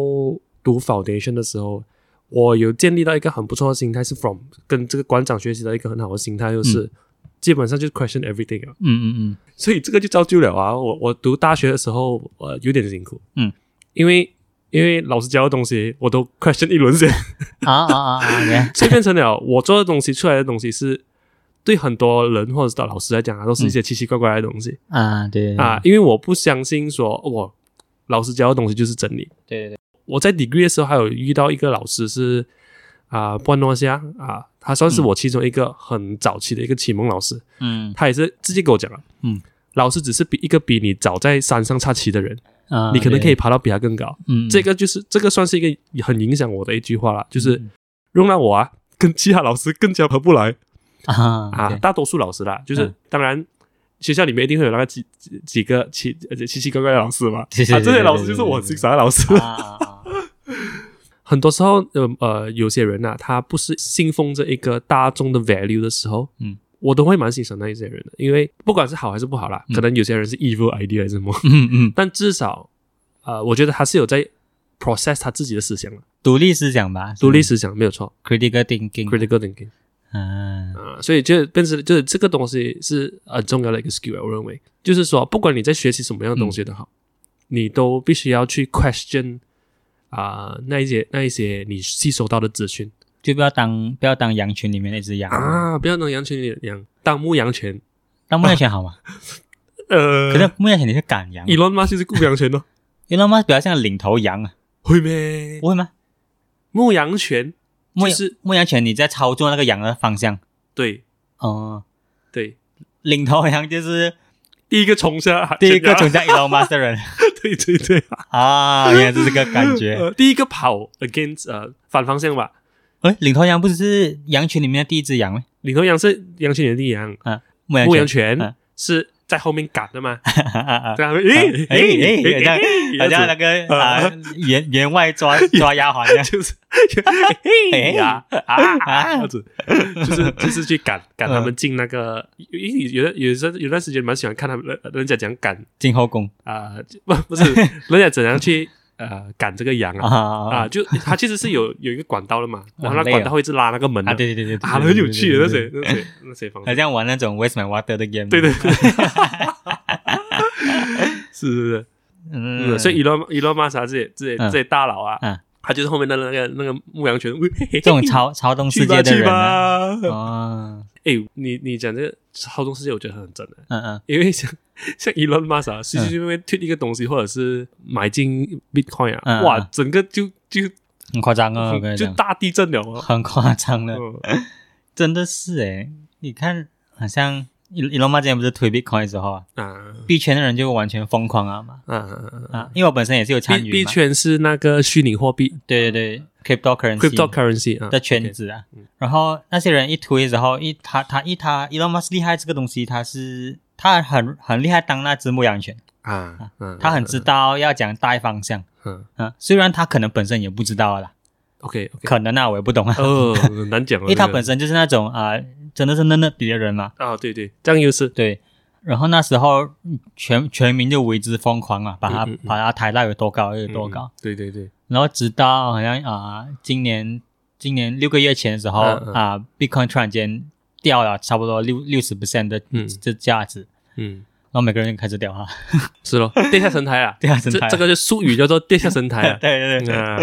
Speaker 1: 读 foundation 的时候，我有建立到一个很不错的心态，是 from 跟这个馆长学习到一个很好的心态，就是、基本上就是 question everything 啊，
Speaker 2: 嗯嗯
Speaker 1: 所以这个就造就了啊。我我读大学的时候，呃，有点辛苦，
Speaker 2: 嗯，
Speaker 1: 因为因为老师教的东西我都 question 一轮先，
Speaker 2: 嗯，啊啊啊啊，对
Speaker 1: 所以变成了我做的东西出来的东西是。对很多人或者是老师来讲啊，都是一些奇奇怪怪的东西。
Speaker 2: 啊，对
Speaker 1: 啊，，因为我不相信说我老师教的东西就是真理。
Speaker 2: 对对对，
Speaker 1: 我在 degree 的时候还有遇到一个老师是啊，布安诺西亚啊，他算是我其中一个很早期的一个启蒙老师，
Speaker 2: 嗯
Speaker 1: 他也是直接跟我讲了，
Speaker 2: 嗯，
Speaker 1: 老师只是比一个比你早在山上插旗的人，
Speaker 2: 啊，
Speaker 1: 你可能可以
Speaker 2: 以，
Speaker 1: 爬到比他更高。
Speaker 2: 嗯，
Speaker 1: 这
Speaker 2: 个
Speaker 1: 个就是这个算是一个很影响我的一句话啦，就是
Speaker 2: 嗯
Speaker 1: 容让我啊跟其他老师更加合不来。
Speaker 2: 啊
Speaker 1: 啊，
Speaker 2: 对
Speaker 1: 大多数老师啦，就是、
Speaker 2: 嗯
Speaker 1: 当然学校里面一定会有那个几几几个奇呃奇奇怪怪的老师嘛，啊，
Speaker 2: 对对对
Speaker 1: 这些
Speaker 2: 对
Speaker 1: 老
Speaker 2: 对
Speaker 1: 师就是
Speaker 2: 对
Speaker 1: 我
Speaker 2: 对
Speaker 1: 欣赏的老师。
Speaker 2: 啊啊啊，
Speaker 1: 很多时候，呃呃，有些人呐、他不是信奉着一个大众的 value 的时候，
Speaker 2: 嗯，
Speaker 1: 我都会蛮欣赏那一些人的，因为不管是好还是不好啦，可能有些人是 evil idea 还是什 么，
Speaker 2: 嗯嗯，
Speaker 1: 但至少，呃，我觉得他是有在 process 他自己的思想了，
Speaker 2: 独立思想吧，
Speaker 1: 独立思想没有错
Speaker 2: critical thinking，
Speaker 1: ，critical thinking
Speaker 2: 嗯
Speaker 1: 啊、所以就变成就是这个东西是很重要的一个 skill，我认为就是说，不管你在学习什么样的东
Speaker 2: 嗯
Speaker 1: 西都好，你都必须要去 question 啊、那一些那一些你吸收到的资讯
Speaker 2: 就不要当不要当羊群里面那只羊，
Speaker 1: 啊，不要当羊群里的羊，当牧羊犬。
Speaker 2: 当牧羊犬好吗？
Speaker 1: 呃，
Speaker 2: 可是牧羊犬你是赶羊啊
Speaker 1: 伊隆马就是牧羊犬哦，
Speaker 2: ，Elon Musk 比较像领头羊啊，
Speaker 1: 会咩？
Speaker 2: 不会吗？
Speaker 1: 牧羊犬
Speaker 2: 牧
Speaker 1: 就
Speaker 2: 羊
Speaker 1: 是
Speaker 2: 牧羊犬你在操作那个羊的方向，
Speaker 1: 对
Speaker 2: 哦，
Speaker 1: 对，
Speaker 2: 领头羊就是
Speaker 1: 第一个冲下，
Speaker 2: 第一个
Speaker 1: 冲
Speaker 2: 冲，向 Elon Musk 的人
Speaker 1: 对对对，
Speaker 2: 啊，原来是这个感觉。
Speaker 1: 呃 第一个跑 against 呃反方向吧，
Speaker 2: 哎，领头羊不是羊群里面的第一只羊吗？
Speaker 1: 领头羊是羊群里的羊，
Speaker 2: 牧羊
Speaker 1: 牧羊
Speaker 2: 犬，
Speaker 1: 犬
Speaker 2: 嗯
Speaker 1: 是在后面赶的嘛？
Speaker 2: 啊啊啊！
Speaker 1: 对啊，诶
Speaker 2: 哎哎，好像 好像那
Speaker 1: 样
Speaker 2: 个啊， 员员外抓抓丫鬟一样哎
Speaker 1: 子，就是 嘿哎呀啊啊，这样子就是就是去赶赶他们进那个，因为有的有时候有段时间蛮喜欢看他们人人家讲赶
Speaker 2: 进 后宫
Speaker 1: 啊，不不是 人家怎样去呃赶这个羊啊
Speaker 2: 啊
Speaker 1: 啊，就他其实是有有一个管道的嘛，然后那
Speaker 2: 很累哦
Speaker 1: 管道会一直拉那个门的
Speaker 2: 啊！对对对对，对
Speaker 1: 啊，很有趣的那，
Speaker 2: 对对对
Speaker 1: 些那
Speaker 2: 对
Speaker 1: 些那些方式
Speaker 2: 好。像玩那种 Waste My Water 的 game。
Speaker 1: 对对，对 是是是，
Speaker 2: 嗯
Speaker 1: 嗯，，所以伊洛伊洛马啊啥这些这些
Speaker 2: 嗯
Speaker 1: 这些大佬啊，
Speaker 2: 嗯
Speaker 1: 他就是后面的那个那个牧羊犬，这
Speaker 2: 这种操操纵世
Speaker 1: 去
Speaker 2: 界
Speaker 1: 吧
Speaker 2: 的
Speaker 1: 去
Speaker 2: 人啊，
Speaker 1: 吧。
Speaker 2: 哦，
Speaker 1: 哎，你你讲这个操纵世界，我觉得很真的，
Speaker 2: 嗯嗯
Speaker 1: 因为像 像啊伊洛马啥，随随便便推一个东西，或者是买进 Bitcoin 啊，
Speaker 2: 嗯
Speaker 1: 哇
Speaker 2: 嗯，
Speaker 1: 整个就就
Speaker 2: 很夸张哦，我跟 你
Speaker 1: 就
Speaker 2: 讲，
Speaker 1: 大地 震了啊。
Speaker 2: 很夸张的，欸
Speaker 1: 嗯
Speaker 2: 真的是诶，你看，好像伊伊隆马之前不是推 Bitcoin 之后啊
Speaker 1: 啊
Speaker 2: 币圈的人就完全疯狂啊嘛
Speaker 1: 啊啊啊！
Speaker 2: 啊，因为我本身也是有参
Speaker 1: 币
Speaker 2: 与
Speaker 1: 币
Speaker 2: 嘛，
Speaker 1: 圈是那个虚拟货币
Speaker 2: 对对对，cryptocurrency
Speaker 1: cryptocurrency 啊
Speaker 2: 的圈子啊，然后那些人一推之后，一他他一他 Elon Musk 厉害这个东西，他是他很很厉害当那只牧羊犬，
Speaker 1: 啊，啊
Speaker 2: 嗯他很知道要讲大方向
Speaker 1: 嗯
Speaker 2: 啊，虽然他可能本身也不知道啦，
Speaker 1: ，OK OK，
Speaker 2: 可能啊我也不懂啊，
Speaker 1: 哦，很难讲了，
Speaker 2: 因为他
Speaker 1: 这个
Speaker 2: 本身就是那种啊、真的是嫩嫩底的人嘛，
Speaker 1: 啊，对对，这样又是
Speaker 2: 对，然后那时候嗯全全民就为之疯狂啊，把他、
Speaker 1: 嗯嗯嗯
Speaker 2: 把他抬到有多高有多高。
Speaker 1: 嗯对对对，
Speaker 2: 然后直到好像啊、今年今年六个月前的时候啊、
Speaker 1: 嗯嗯
Speaker 2: b i t c o i n 突然间掉了差不多六六十 percent 的
Speaker 1: 嗯
Speaker 2: 这价值，
Speaker 1: 嗯，
Speaker 2: 然后每个人就开始掉啊，，
Speaker 1: 是 咯，地下神台啊
Speaker 2: 掉成。
Speaker 1: 这这个就术语叫做地下神台 啊
Speaker 2: 对对对对，
Speaker 1: 啊，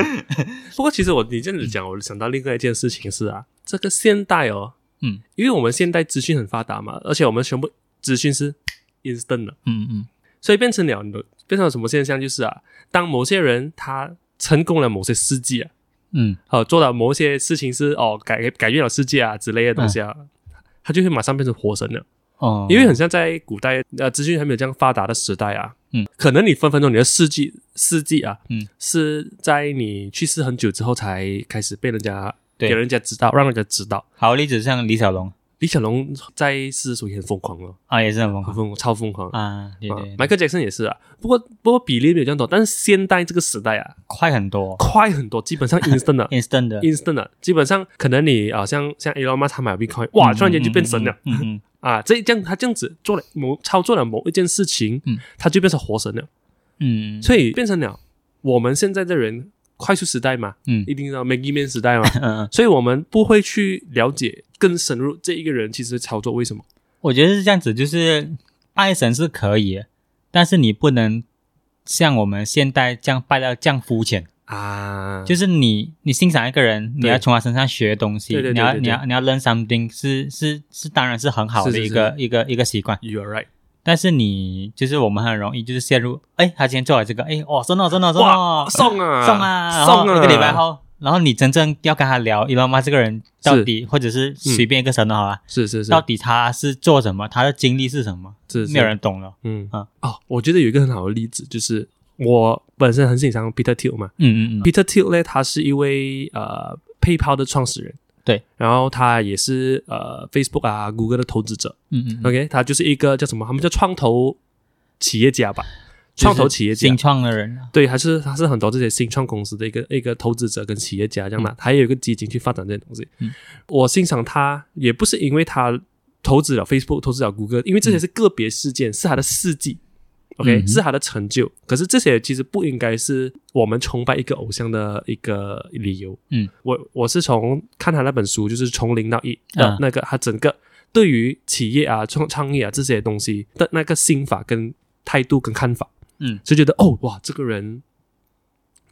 Speaker 1: 不过其实我你这样子讲，我想到另外一件事情是啊，这个现代哦，
Speaker 2: 嗯，
Speaker 1: 因为我们现代资讯很发达嘛，而且我们全部资讯是 instant 的，
Speaker 2: 嗯嗯
Speaker 1: 所以变成了变成了什么现象？就是啊，当某些人他成功了某些事迹啊，
Speaker 2: 嗯，
Speaker 1: 哦，做了某些事情是哦改改变了世界啊之类的东西啊，他就会马上变成活神了。
Speaker 2: 哦，
Speaker 1: 因为很像在古代呃资讯还没有这样发达的时代啊，
Speaker 2: 嗯，
Speaker 1: 可能你分分钟你的事迹事迹啊，
Speaker 2: 嗯，
Speaker 1: 是在你去世很久之后才开始被人家
Speaker 2: 对
Speaker 1: 给人家知道，让人家知道。
Speaker 2: 好例子像李小龙
Speaker 1: 李小龙在世的时候也很疯狂哦，
Speaker 2: 啊，也是很疯
Speaker 1: 很
Speaker 2: 狂
Speaker 1: 疯狂，超疯狂。
Speaker 2: 啊，对对，
Speaker 1: 迈克杰克逊也是啊，不过不过比例没有这样多，但是现代这个时代啊，
Speaker 2: 快很多
Speaker 1: 快很多，基本 上 instant 了
Speaker 2: ，instant 的，
Speaker 1: ，instant 了，基本上可能你啊像像 Elon Musk 他买 Bitcoin，哇，
Speaker 2: 嗯
Speaker 1: 突然间就变神了，，
Speaker 2: 嗯嗯嗯嗯嗯
Speaker 1: 啊，这这样他这样子做了某操作了某一件事情，
Speaker 2: 嗯，
Speaker 1: 他就变成活神了，
Speaker 2: 嗯，
Speaker 1: 所以变成了我们现在的人快速时代嘛，
Speaker 2: 嗯
Speaker 1: 一定知道 Maggie 面时代 嘛，
Speaker 2: 嗯嗯。
Speaker 1: 所以我们不会去了解更深入这一个人其实操作为什么，
Speaker 2: 我觉得是这样子，就是拜神是可以的，但是你不能像我们现代这样拜到这样肤浅。
Speaker 1: 啊，
Speaker 2: 就是你你欣赏一个人，你
Speaker 1: 对
Speaker 2: 要从他身上学东西，
Speaker 1: 对对对
Speaker 2: 你要
Speaker 1: 对对
Speaker 2: 你要你要 learn something，是是是，当然是很好
Speaker 1: 是
Speaker 2: 的
Speaker 1: 是
Speaker 2: 一个一个一个习惯。
Speaker 1: You are right，
Speaker 2: 但是你就是我们很容易就是陷入，哎，他今天做了这个，哎，哦，真的哦真的哦真的哦
Speaker 1: 哇，，送啊
Speaker 2: 送啊，然后
Speaker 1: 送啊，
Speaker 2: 一个礼拜后。然后你真正要跟他聊伊隆马这个人到
Speaker 1: 是
Speaker 2: 底，或者是随便一个神的好吧，
Speaker 1: 是是是
Speaker 2: 到底他是做什么，他的经历是什么，
Speaker 1: 是是
Speaker 2: 没有人懂了。
Speaker 1: 嗯
Speaker 2: 啊
Speaker 1: 哦，我觉得有一个很好的例子就是我本身很欣赏 Peter Thiel 嘛，
Speaker 2: 嗯嗯嗯
Speaker 1: Peter Thiel 呢，他是一位呃 PayPal 的创始人，
Speaker 2: 对，
Speaker 1: 然后他也是呃 Facebook 啊、谷歌的投资者。
Speaker 2: 嗯嗯嗯，
Speaker 1: OK，他就是一个叫什么？他们叫创投企业家吧，创投企业
Speaker 2: 就是
Speaker 1: 家
Speaker 2: 新。创的人啊，
Speaker 1: 对，还是他是很多这些新创公司的一个一个投资者跟企业家这样的，他也有一个基金去发展这些东西。
Speaker 2: 嗯
Speaker 1: 我欣赏他，也不是因为他投资了 Facebook，投资了谷歌，因为这些是个别事件，是他的事迹，OK，、
Speaker 2: 嗯嗯哼
Speaker 1: 是他的成就。可是这些其实不应该是我们崇拜一个偶像的一个理由。
Speaker 2: 嗯，
Speaker 1: 我我是从看他那本书，就是从零到一
Speaker 2: 啊
Speaker 1: 的那个，他整个对于企业啊、创创业啊这些东西的那个心法跟态度跟看法。
Speaker 2: 嗯
Speaker 1: 就觉得哦哇，这个人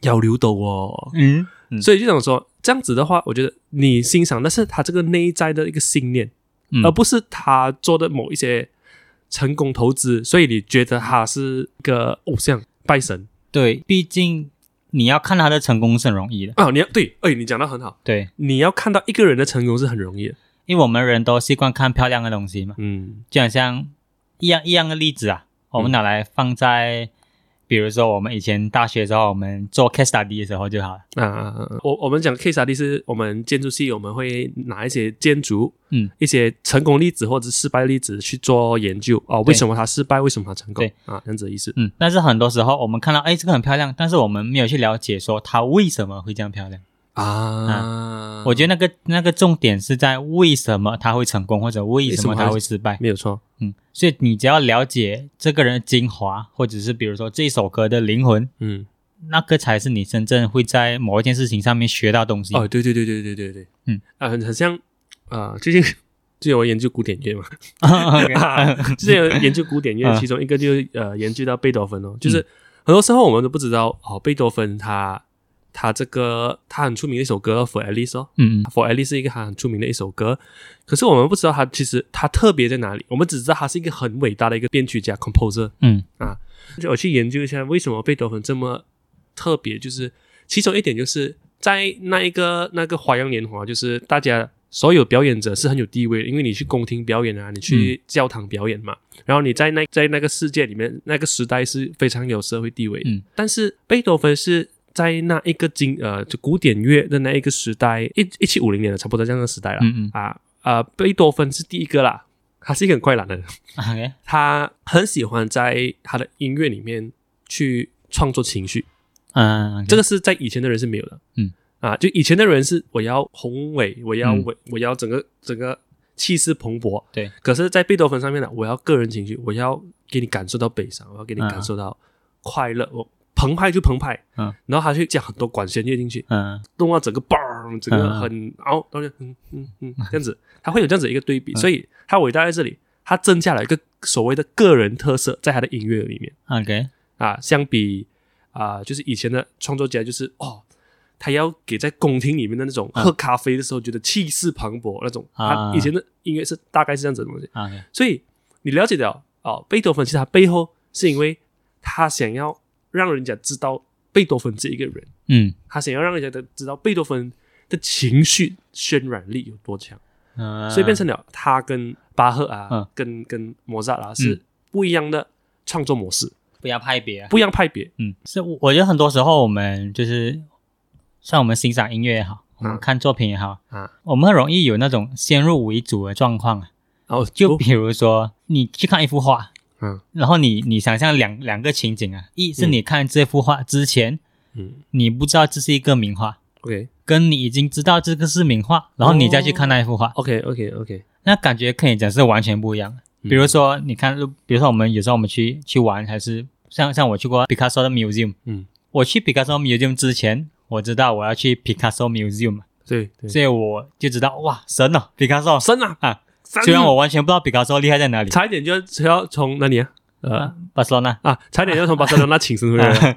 Speaker 1: 要留斗哦。
Speaker 2: 嗯嗯
Speaker 1: 所以就想说，这样子的话，我觉得你欣赏，但是他这个内在的一个信念，
Speaker 2: 嗯
Speaker 1: 而不是他做的某一些成功投资，所以你觉得他是一个偶像拜神
Speaker 2: 对，毕竟你要看他的成功是很容易的，
Speaker 1: 啊？你要对，哎，你讲的很好，
Speaker 2: 对，
Speaker 1: 你要看到一个人的成功是很容易的，
Speaker 2: 因为我们人都习惯看漂亮的东西嘛，
Speaker 1: 嗯
Speaker 2: 就好像一样一样的例子啊，我们拿来放在，比如说我们以前大学的时候，我们做 case study 的时候就好了，
Speaker 1: 啊啊，啊啊我我们讲 case study 是我们建筑系我们会拿一些建筑，
Speaker 2: 嗯，
Speaker 1: 一些成功例子或者是失败例子去做研究哦，为什么它失败，为什么它成功
Speaker 2: 对
Speaker 1: 啊，这样子的意思。
Speaker 2: 嗯，但是很多时候我们看到，哎，这个很漂亮，但是我们没有去了解说它为什么会这样漂亮。
Speaker 1: 啊
Speaker 2: 我觉得那个那个重点是在为什么它会成功，或者为什么它会失败。
Speaker 1: 没有错，
Speaker 2: 嗯，所以你只要了解这个人的精华，或者是比如说这首歌的灵魂，
Speaker 1: 嗯，
Speaker 2: 那个才是你真正会在某一件事情上面学到东西。
Speaker 1: 哦，对对对对对对对，
Speaker 2: 嗯，
Speaker 1: 啊，很很像啊，最近 最近我研究古典乐 嘛，
Speaker 2: OK
Speaker 1: 之前有研究古典乐
Speaker 2: 嗯，
Speaker 1: 其中一个就是呃研究到贝多芬哦，就是很多时候我们都不知道哦，贝多芬他他这个他很出名的一首歌《For Alice》哦，
Speaker 2: 嗯嗯
Speaker 1: 《For Alice》是一个他很出名的一首歌，可是我们不知道他其实他特别在哪里，我们只知道他是一个很伟大的一个编曲家 composer。
Speaker 2: 嗯
Speaker 1: 就我去研究一下为什么贝多芬这么特别，就是其中一点就是在那一个那个花样年华，就是大家所有表演者是很有地位的，因为你去宫廷表演啊，你去教堂表演嘛，然后你在那在那个世界里面，那个时代是非常有社会地位的。
Speaker 2: 嗯
Speaker 1: 但是贝多芬是在那一个经呃就古典乐的那一个时代，一一七五零年的差不多这样的时代了、
Speaker 2: 嗯嗯
Speaker 1: 啊啊，贝多芬是第一个啦，他是一个很快懒的人，
Speaker 2: ，OK，
Speaker 1: 他很喜欢在他的音乐里面去创作情绪，
Speaker 2: 嗯，
Speaker 1: 这
Speaker 2: 个
Speaker 1: 个是在以前的人是没有的。
Speaker 2: 嗯，
Speaker 1: 啊，就以前的人是我要宏伟，我要
Speaker 2: 嗯
Speaker 1: 伟，我要整个整个气势蓬勃。
Speaker 2: 对，
Speaker 1: 可是，在贝多芬上面呢，我要个人情绪，我要给你感受到悲伤，我要给你
Speaker 2: 嗯
Speaker 1: 感受到快乐，我澎湃就澎湃。
Speaker 2: 嗯，
Speaker 1: 然后他去加很多管弦乐进去，
Speaker 2: 嗯
Speaker 1: 弄到整个 bang，整个
Speaker 2: 嗯
Speaker 1: 很，然后然后就嗯嗯嗯这样子，他会有这样子一个
Speaker 2: 嗯
Speaker 1: 对比，所以他伟大在这里，他增加了一个所谓的个人特色在他的音乐里面。
Speaker 2: ，OK，
Speaker 1: 啊，相比啊、就是以前的创作家，就是哦，他要给在宫廷里面的那种
Speaker 2: 嗯
Speaker 1: 喝咖啡的时候觉得气势磅礴那种。
Speaker 2: 啊
Speaker 1: 他以前的音乐是大概是这样子的东西，
Speaker 2: OK，
Speaker 1: 所以你了解了哦，贝多芬其实他背后是因为他想要让人家知道贝多芬这一个人，
Speaker 2: 嗯
Speaker 1: 他想要让人家的知道贝多芬的情绪渲染力有多强，
Speaker 2: 嗯，
Speaker 1: 所以变成了他跟巴赫啊，
Speaker 2: 嗯
Speaker 1: 跟跟莫扎拉是
Speaker 2: 嗯
Speaker 1: 不一样的创作模式，
Speaker 2: 不要派别啊，
Speaker 1: 不一样派别。
Speaker 2: 嗯，是我我觉得很多时候我们就是像我们欣赏音乐也好，我们
Speaker 1: 嗯
Speaker 2: 看作品也好，
Speaker 1: 啊，
Speaker 2: 我们很容易有那种先入为主的状况啊。
Speaker 1: 然后
Speaker 2: 就比如说你去看一幅画，
Speaker 1: 哦嗯
Speaker 2: 然后你你想象两两个情景啊，一是
Speaker 1: 嗯
Speaker 2: 你看这幅画之前，
Speaker 1: 嗯
Speaker 2: 你不知道这是一个名画。
Speaker 1: ，OK
Speaker 2: 跟你已经知道这个是名画，然后你再去看那一幅画，
Speaker 1: OK OK OK，
Speaker 2: 那感觉可以讲是完全不一样的。
Speaker 1: 嗯
Speaker 2: 比如说，你看，比如说我们有时候我们去去玩，还是像像我去过 Picasso 的 museum，
Speaker 1: 嗯，
Speaker 2: 我去 Picasso museum 之前，我知道我要去 Picasso museum，
Speaker 1: 对对，
Speaker 2: 所以我就知道哇，神哦，Picasso
Speaker 1: 神啊，
Speaker 2: 啊！
Speaker 1: 神
Speaker 2: 虽然我完全不知道 Picasso 厉害在哪里，
Speaker 1: 差一点就要就要从哪里啊？呃
Speaker 2: 巴塞罗那，
Speaker 1: 啊，差一点就要从巴塞罗那 请神回来了。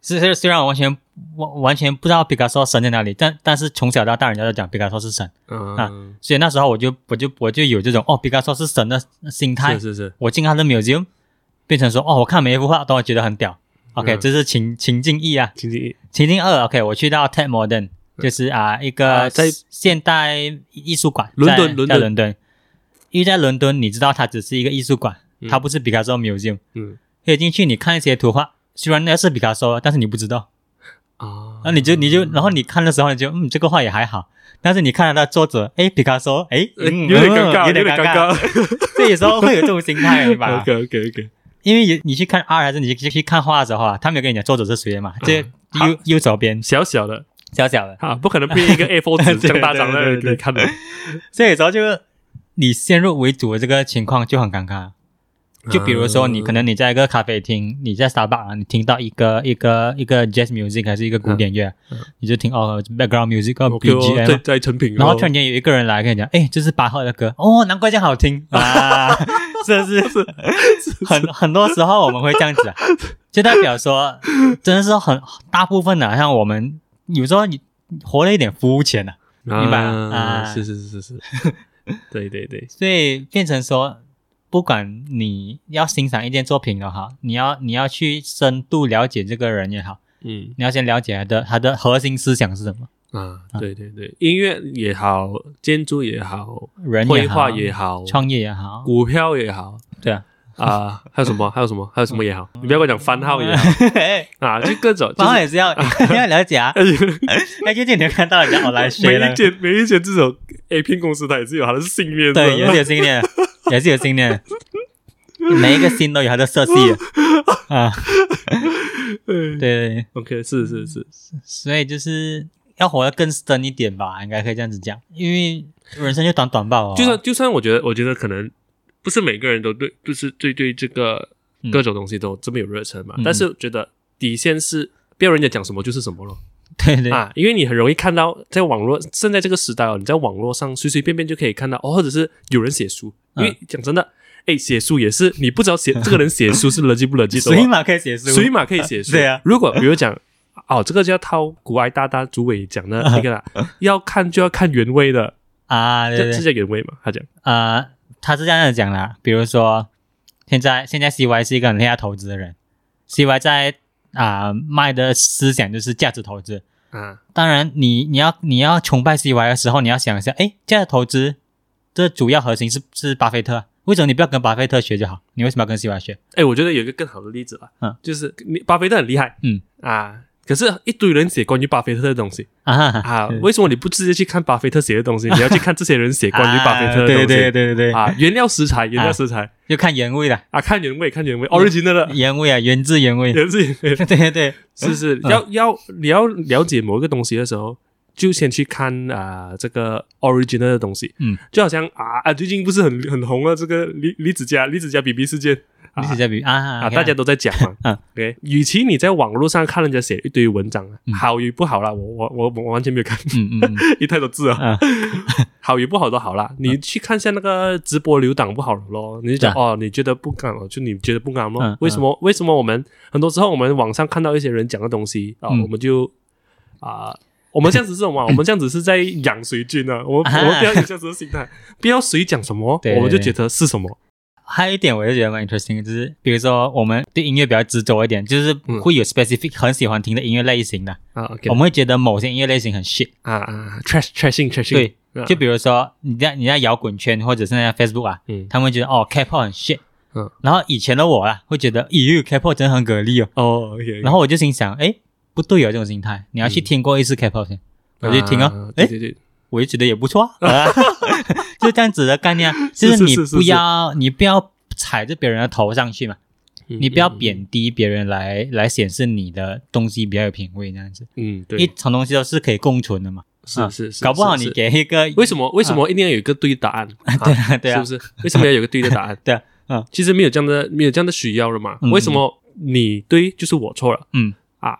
Speaker 2: 是是，虽然我完全完完全不知道 Picasso 神在哪里，但但是从小到大人家都讲 Picasso 是神，
Speaker 1: 嗯，
Speaker 2: 所以那时候我就我就我就有这种哦，Picasso 是神的心态
Speaker 1: 是，是是，
Speaker 2: 我进他的 museum，变成说哦，我看每一幅画都觉得很屌。OK，、
Speaker 1: 嗯
Speaker 2: 这是情情境一啊，
Speaker 1: 请进
Speaker 2: 情境二。OK，我去到 Tate Modern，就是啊、
Speaker 1: 嗯啊
Speaker 2: 一个
Speaker 1: 在
Speaker 2: 现代艺术馆，
Speaker 1: 伦敦
Speaker 2: 在
Speaker 1: 伦
Speaker 2: 在
Speaker 1: 敦
Speaker 2: 伦敦，因为在伦敦你知道它只是一个艺术馆，它不是 Picasso museum，
Speaker 1: 嗯
Speaker 2: 可以进去你看一些图画，虽然那是 Picasso，但是你不知道，
Speaker 1: 啊哎
Speaker 2: 然后你就你就然后你看的时候你就嗯这个画也还好，但是你看到它作者哎 Picasso 哎、
Speaker 1: 呃
Speaker 2: 嗯
Speaker 1: 有点尴尬，
Speaker 2: 有点
Speaker 1: 点
Speaker 2: 尴
Speaker 1: 尴尬。
Speaker 2: 所以有时候会有这种心态， 你吧？
Speaker 1: OK OK OK，
Speaker 2: 因为有你去看 R 还是你去去看画的时候啊，他没有跟你讲作者是谁嘛，这
Speaker 1: 嗯好
Speaker 2: 右右手边
Speaker 1: 小小的
Speaker 2: 小小的，
Speaker 1: 啊，不可能 变一个 A4 纸这
Speaker 2: 对
Speaker 1: 样大张
Speaker 2: 对
Speaker 1: 的
Speaker 2: 对
Speaker 1: 给
Speaker 2: 对
Speaker 1: 你看的。
Speaker 2: 所以有时候就是你先入为主的这个情况就很尴尬。就比如说
Speaker 1: 嗯
Speaker 2: 你可能你在一个咖啡厅，你在 Starbucks，啊你听到一个一个一个 jazz music 还是一个
Speaker 1: 嗯
Speaker 2: 古典乐，你就听哦 background music 哦
Speaker 1: OK 哦，在
Speaker 2: BGM，
Speaker 1: 在成品哦，
Speaker 2: 然后突然间有一个人来跟你讲，哎，这是巴赫的歌，哦，难怪这样好听啊， 是不是？很很多时候我们会这样 子、啊，就代表说，真的是很大部分的、啊，像我们有时候你活得有点肤浅了、啊，明白了
Speaker 1: 啊，
Speaker 2: 啊
Speaker 1: 是是是是 是，对对对，
Speaker 2: 所以变成说，不管你要欣赏一件作品的哈，你要你要去深度了解这个人也好，
Speaker 1: 嗯。
Speaker 2: 你要先了解他的他的核心思想是什么，
Speaker 1: 啊，对对对，音乐也好，建筑也好，
Speaker 2: 人
Speaker 1: 绘
Speaker 2: 也好，
Speaker 1: 画也好，
Speaker 2: 创业也好，
Speaker 1: 股票也好
Speaker 2: 哦对啊，
Speaker 1: 啊，还有什么？还有什么？还有什么也
Speaker 2: 嗯
Speaker 1: 好？你不要跟我讲番号也好啊，就各种，就
Speaker 2: 然后
Speaker 1: 是
Speaker 2: 哎也是要 你要了解 啊，哎，最近你有看到人家 online
Speaker 1: 每
Speaker 2: 学了
Speaker 1: 一。间每一间这种 A 片公司，它也是有它的信念的。
Speaker 2: 对，也是有信 念，也是有信念。每一个心都有它 的设计啊，对对，对
Speaker 1: OK，是是是，
Speaker 2: 所以就是要活得更深一点吧，应该可以这样子讲，因为人生就短短吧、哦，
Speaker 1: 就算就算我觉得，我觉得可能不是每个人都对，就是对对这个
Speaker 2: 嗯
Speaker 1: 各种东西都这么有热忱嘛
Speaker 2: 嗯嗯。
Speaker 1: 但是觉得底线是不要人家讲什么就是什么咯。
Speaker 2: 对对
Speaker 1: 啊，因为你很容易看到，在网络现在这个时代哦，你在网络上随随便便就可以看到哦，或者是有人写书，
Speaker 2: 嗯
Speaker 1: 因为讲真的，哎，写书也是你不知道写这个人写书是逻辑不逻辑的
Speaker 2: 随
Speaker 1: 哦，
Speaker 2: 马可以写书，
Speaker 1: 随马可以写书。
Speaker 2: 对啊
Speaker 1: 如果比如讲。哦，这个就要套古埃大大主委讲的那个 啦，要看就要看原味的，
Speaker 2: 啊，对
Speaker 1: 这
Speaker 2: 对
Speaker 1: 这
Speaker 2: 对，
Speaker 1: 叫原味嘛？他讲
Speaker 2: 呃，他是这样子讲啦，比如说现在现在 CY 是一个很厉害投资的人，CY 在啊、卖的思想就是价值投资，
Speaker 1: 啊，
Speaker 2: 当然你，你要你要崇拜 CY 的时候，你要想一下，哎，这样的投资这主要核心是是巴菲特啊，为什么你不要跟巴菲特学就好？你为什么要跟 CY 学？
Speaker 1: 哎，我觉得有一个更好的例子了，
Speaker 2: 嗯，
Speaker 1: 就是你巴菲特很厉害，
Speaker 2: 嗯
Speaker 1: 啊，可是一堆人写关于巴菲特的东西
Speaker 2: 啊哈哈，
Speaker 1: 啊，为什么你不直接去看巴菲特写的东西，你要去看这些人写关于巴菲特的东西？
Speaker 2: 啊对对对对对，
Speaker 1: 啊，原料食材，原料食材
Speaker 2: 就看原味的，
Speaker 1: 啊，看原味，看原味，original 的，
Speaker 2: 原味啊，原汁原味，
Speaker 1: 原汁 原味。
Speaker 2: 对对对，
Speaker 1: 是是，要要你要了解某一个东西的时候，就先去看啊、呃这个 original 的东西。
Speaker 2: 嗯，
Speaker 1: 就好像啊啊，最近不是很很红了这个离离子家离子家 BB 事件啊
Speaker 2: 历史在比啊
Speaker 1: 啊，大家都在讲 嘛。
Speaker 2: 嗯
Speaker 1: ，OK，与其你在网络上看人家写一堆文章啊，好与不好啦，我我我我完全没有看，
Speaker 2: 嗯嗯嗯
Speaker 1: 一太多字啊，
Speaker 2: 啊，
Speaker 1: 好与不好都好啦，你去看一下那个直播留档不好了咯，你就讲、
Speaker 2: 对啊
Speaker 1: 哦，你觉得不敢哦，就你觉得不敢咯。
Speaker 2: 嗯
Speaker 1: 为什么？为什么我们很多时候我们网上看到一些人讲的东西啊、
Speaker 2: 嗯
Speaker 1: 我们就啊、我们这样子是 什么啊？我们这样子是在养谁军啊？我们、
Speaker 2: 啊
Speaker 1: 我们不要有这样子的心 态，不要谁讲什么
Speaker 2: 对，
Speaker 1: 我们就觉得是什么。
Speaker 2: 还有一点，我就觉得蛮 interesting，的就是比如说我们对音乐比较执着一点，就是
Speaker 1: 嗯
Speaker 2: 会有 specific 很喜欢听的音乐类型的，
Speaker 1: 啊，OK，
Speaker 2: 我们会觉得某些音乐类型很 shit。
Speaker 1: 啊啊，trash trashing trashing，
Speaker 2: 对，
Speaker 1: 啊
Speaker 2: 就比如说你在你在摇滚圈或者是在 Facebook 啊，
Speaker 1: 嗯，
Speaker 2: 他们觉得哦 K-pop 很 shit，
Speaker 1: 嗯，
Speaker 2: 然后以前的我啊会觉得，咦 K-pop 真的很给力哦，
Speaker 1: 哦，OK，
Speaker 2: 然后我就心想，哎，不对哦这种心态，你要去听过一
Speaker 1: 嗯
Speaker 2: 次 K-pop 先，我就听哦，
Speaker 1: 啊对
Speaker 2: 哎，
Speaker 1: 对对，
Speaker 2: 我就觉得也不错 啊，啊就这样子的概念啊，就是是你
Speaker 1: 是是
Speaker 2: 不
Speaker 1: 是
Speaker 2: 要你不要踩着别人的头上去嘛。你不要
Speaker 1: 嗯，
Speaker 2: 贬低别人来来显示你的东西比较有品味这样子，
Speaker 1: 嗯，
Speaker 2: 一
Speaker 1: 对，
Speaker 2: 层东西都是可以共存的嘛。
Speaker 1: 是是是，
Speaker 2: 啊搞不好
Speaker 1: 是
Speaker 2: 你
Speaker 1: 是
Speaker 2: 给一个
Speaker 1: 为什么为什么一定要有一个对的答案？对
Speaker 2: 啊 对啊？
Speaker 1: 是不是？为什么要有一个对的答案
Speaker 2: 对啊，嗯
Speaker 1: 其实没有这样的没有这样的需要了嘛
Speaker 2: 嗯。
Speaker 1: 为什么你对就是我错了
Speaker 2: 嗯，
Speaker 1: 啊？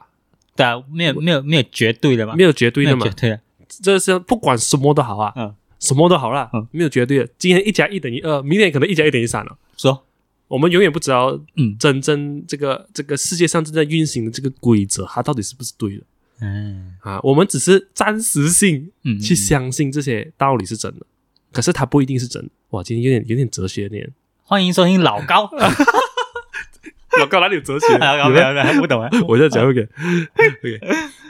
Speaker 2: 对啊，没有没有没有绝对的嘛，
Speaker 1: 没有绝对的
Speaker 2: 没有
Speaker 1: 嘛
Speaker 2: 绝，对的，
Speaker 1: 这是不管什么都好啊，
Speaker 2: 嗯，
Speaker 1: 什么都好啦
Speaker 2: 嗯，
Speaker 1: 没有绝对的。今天一加一等于二，明天可能一加一等于三了。
Speaker 2: 说
Speaker 1: 我们永远不知道
Speaker 2: 嗯
Speaker 1: 真正这个这个世界上正在运行的这个规则，它到底是不是对的
Speaker 2: 嗯
Speaker 1: 啊？我们只是暂时性
Speaker 2: 嗯
Speaker 1: 去
Speaker 2: 嗯
Speaker 1: 相信这些道理是真的，可是它不一定是真的。哇，今天有点有点哲学一 点。
Speaker 2: 欢迎收听老高， 老
Speaker 1: 老高 哪里有哲学？
Speaker 2: 高
Speaker 1: 有
Speaker 2: 没
Speaker 1: 没
Speaker 2: 有没有不懂啊，
Speaker 1: 有我在讲 OK，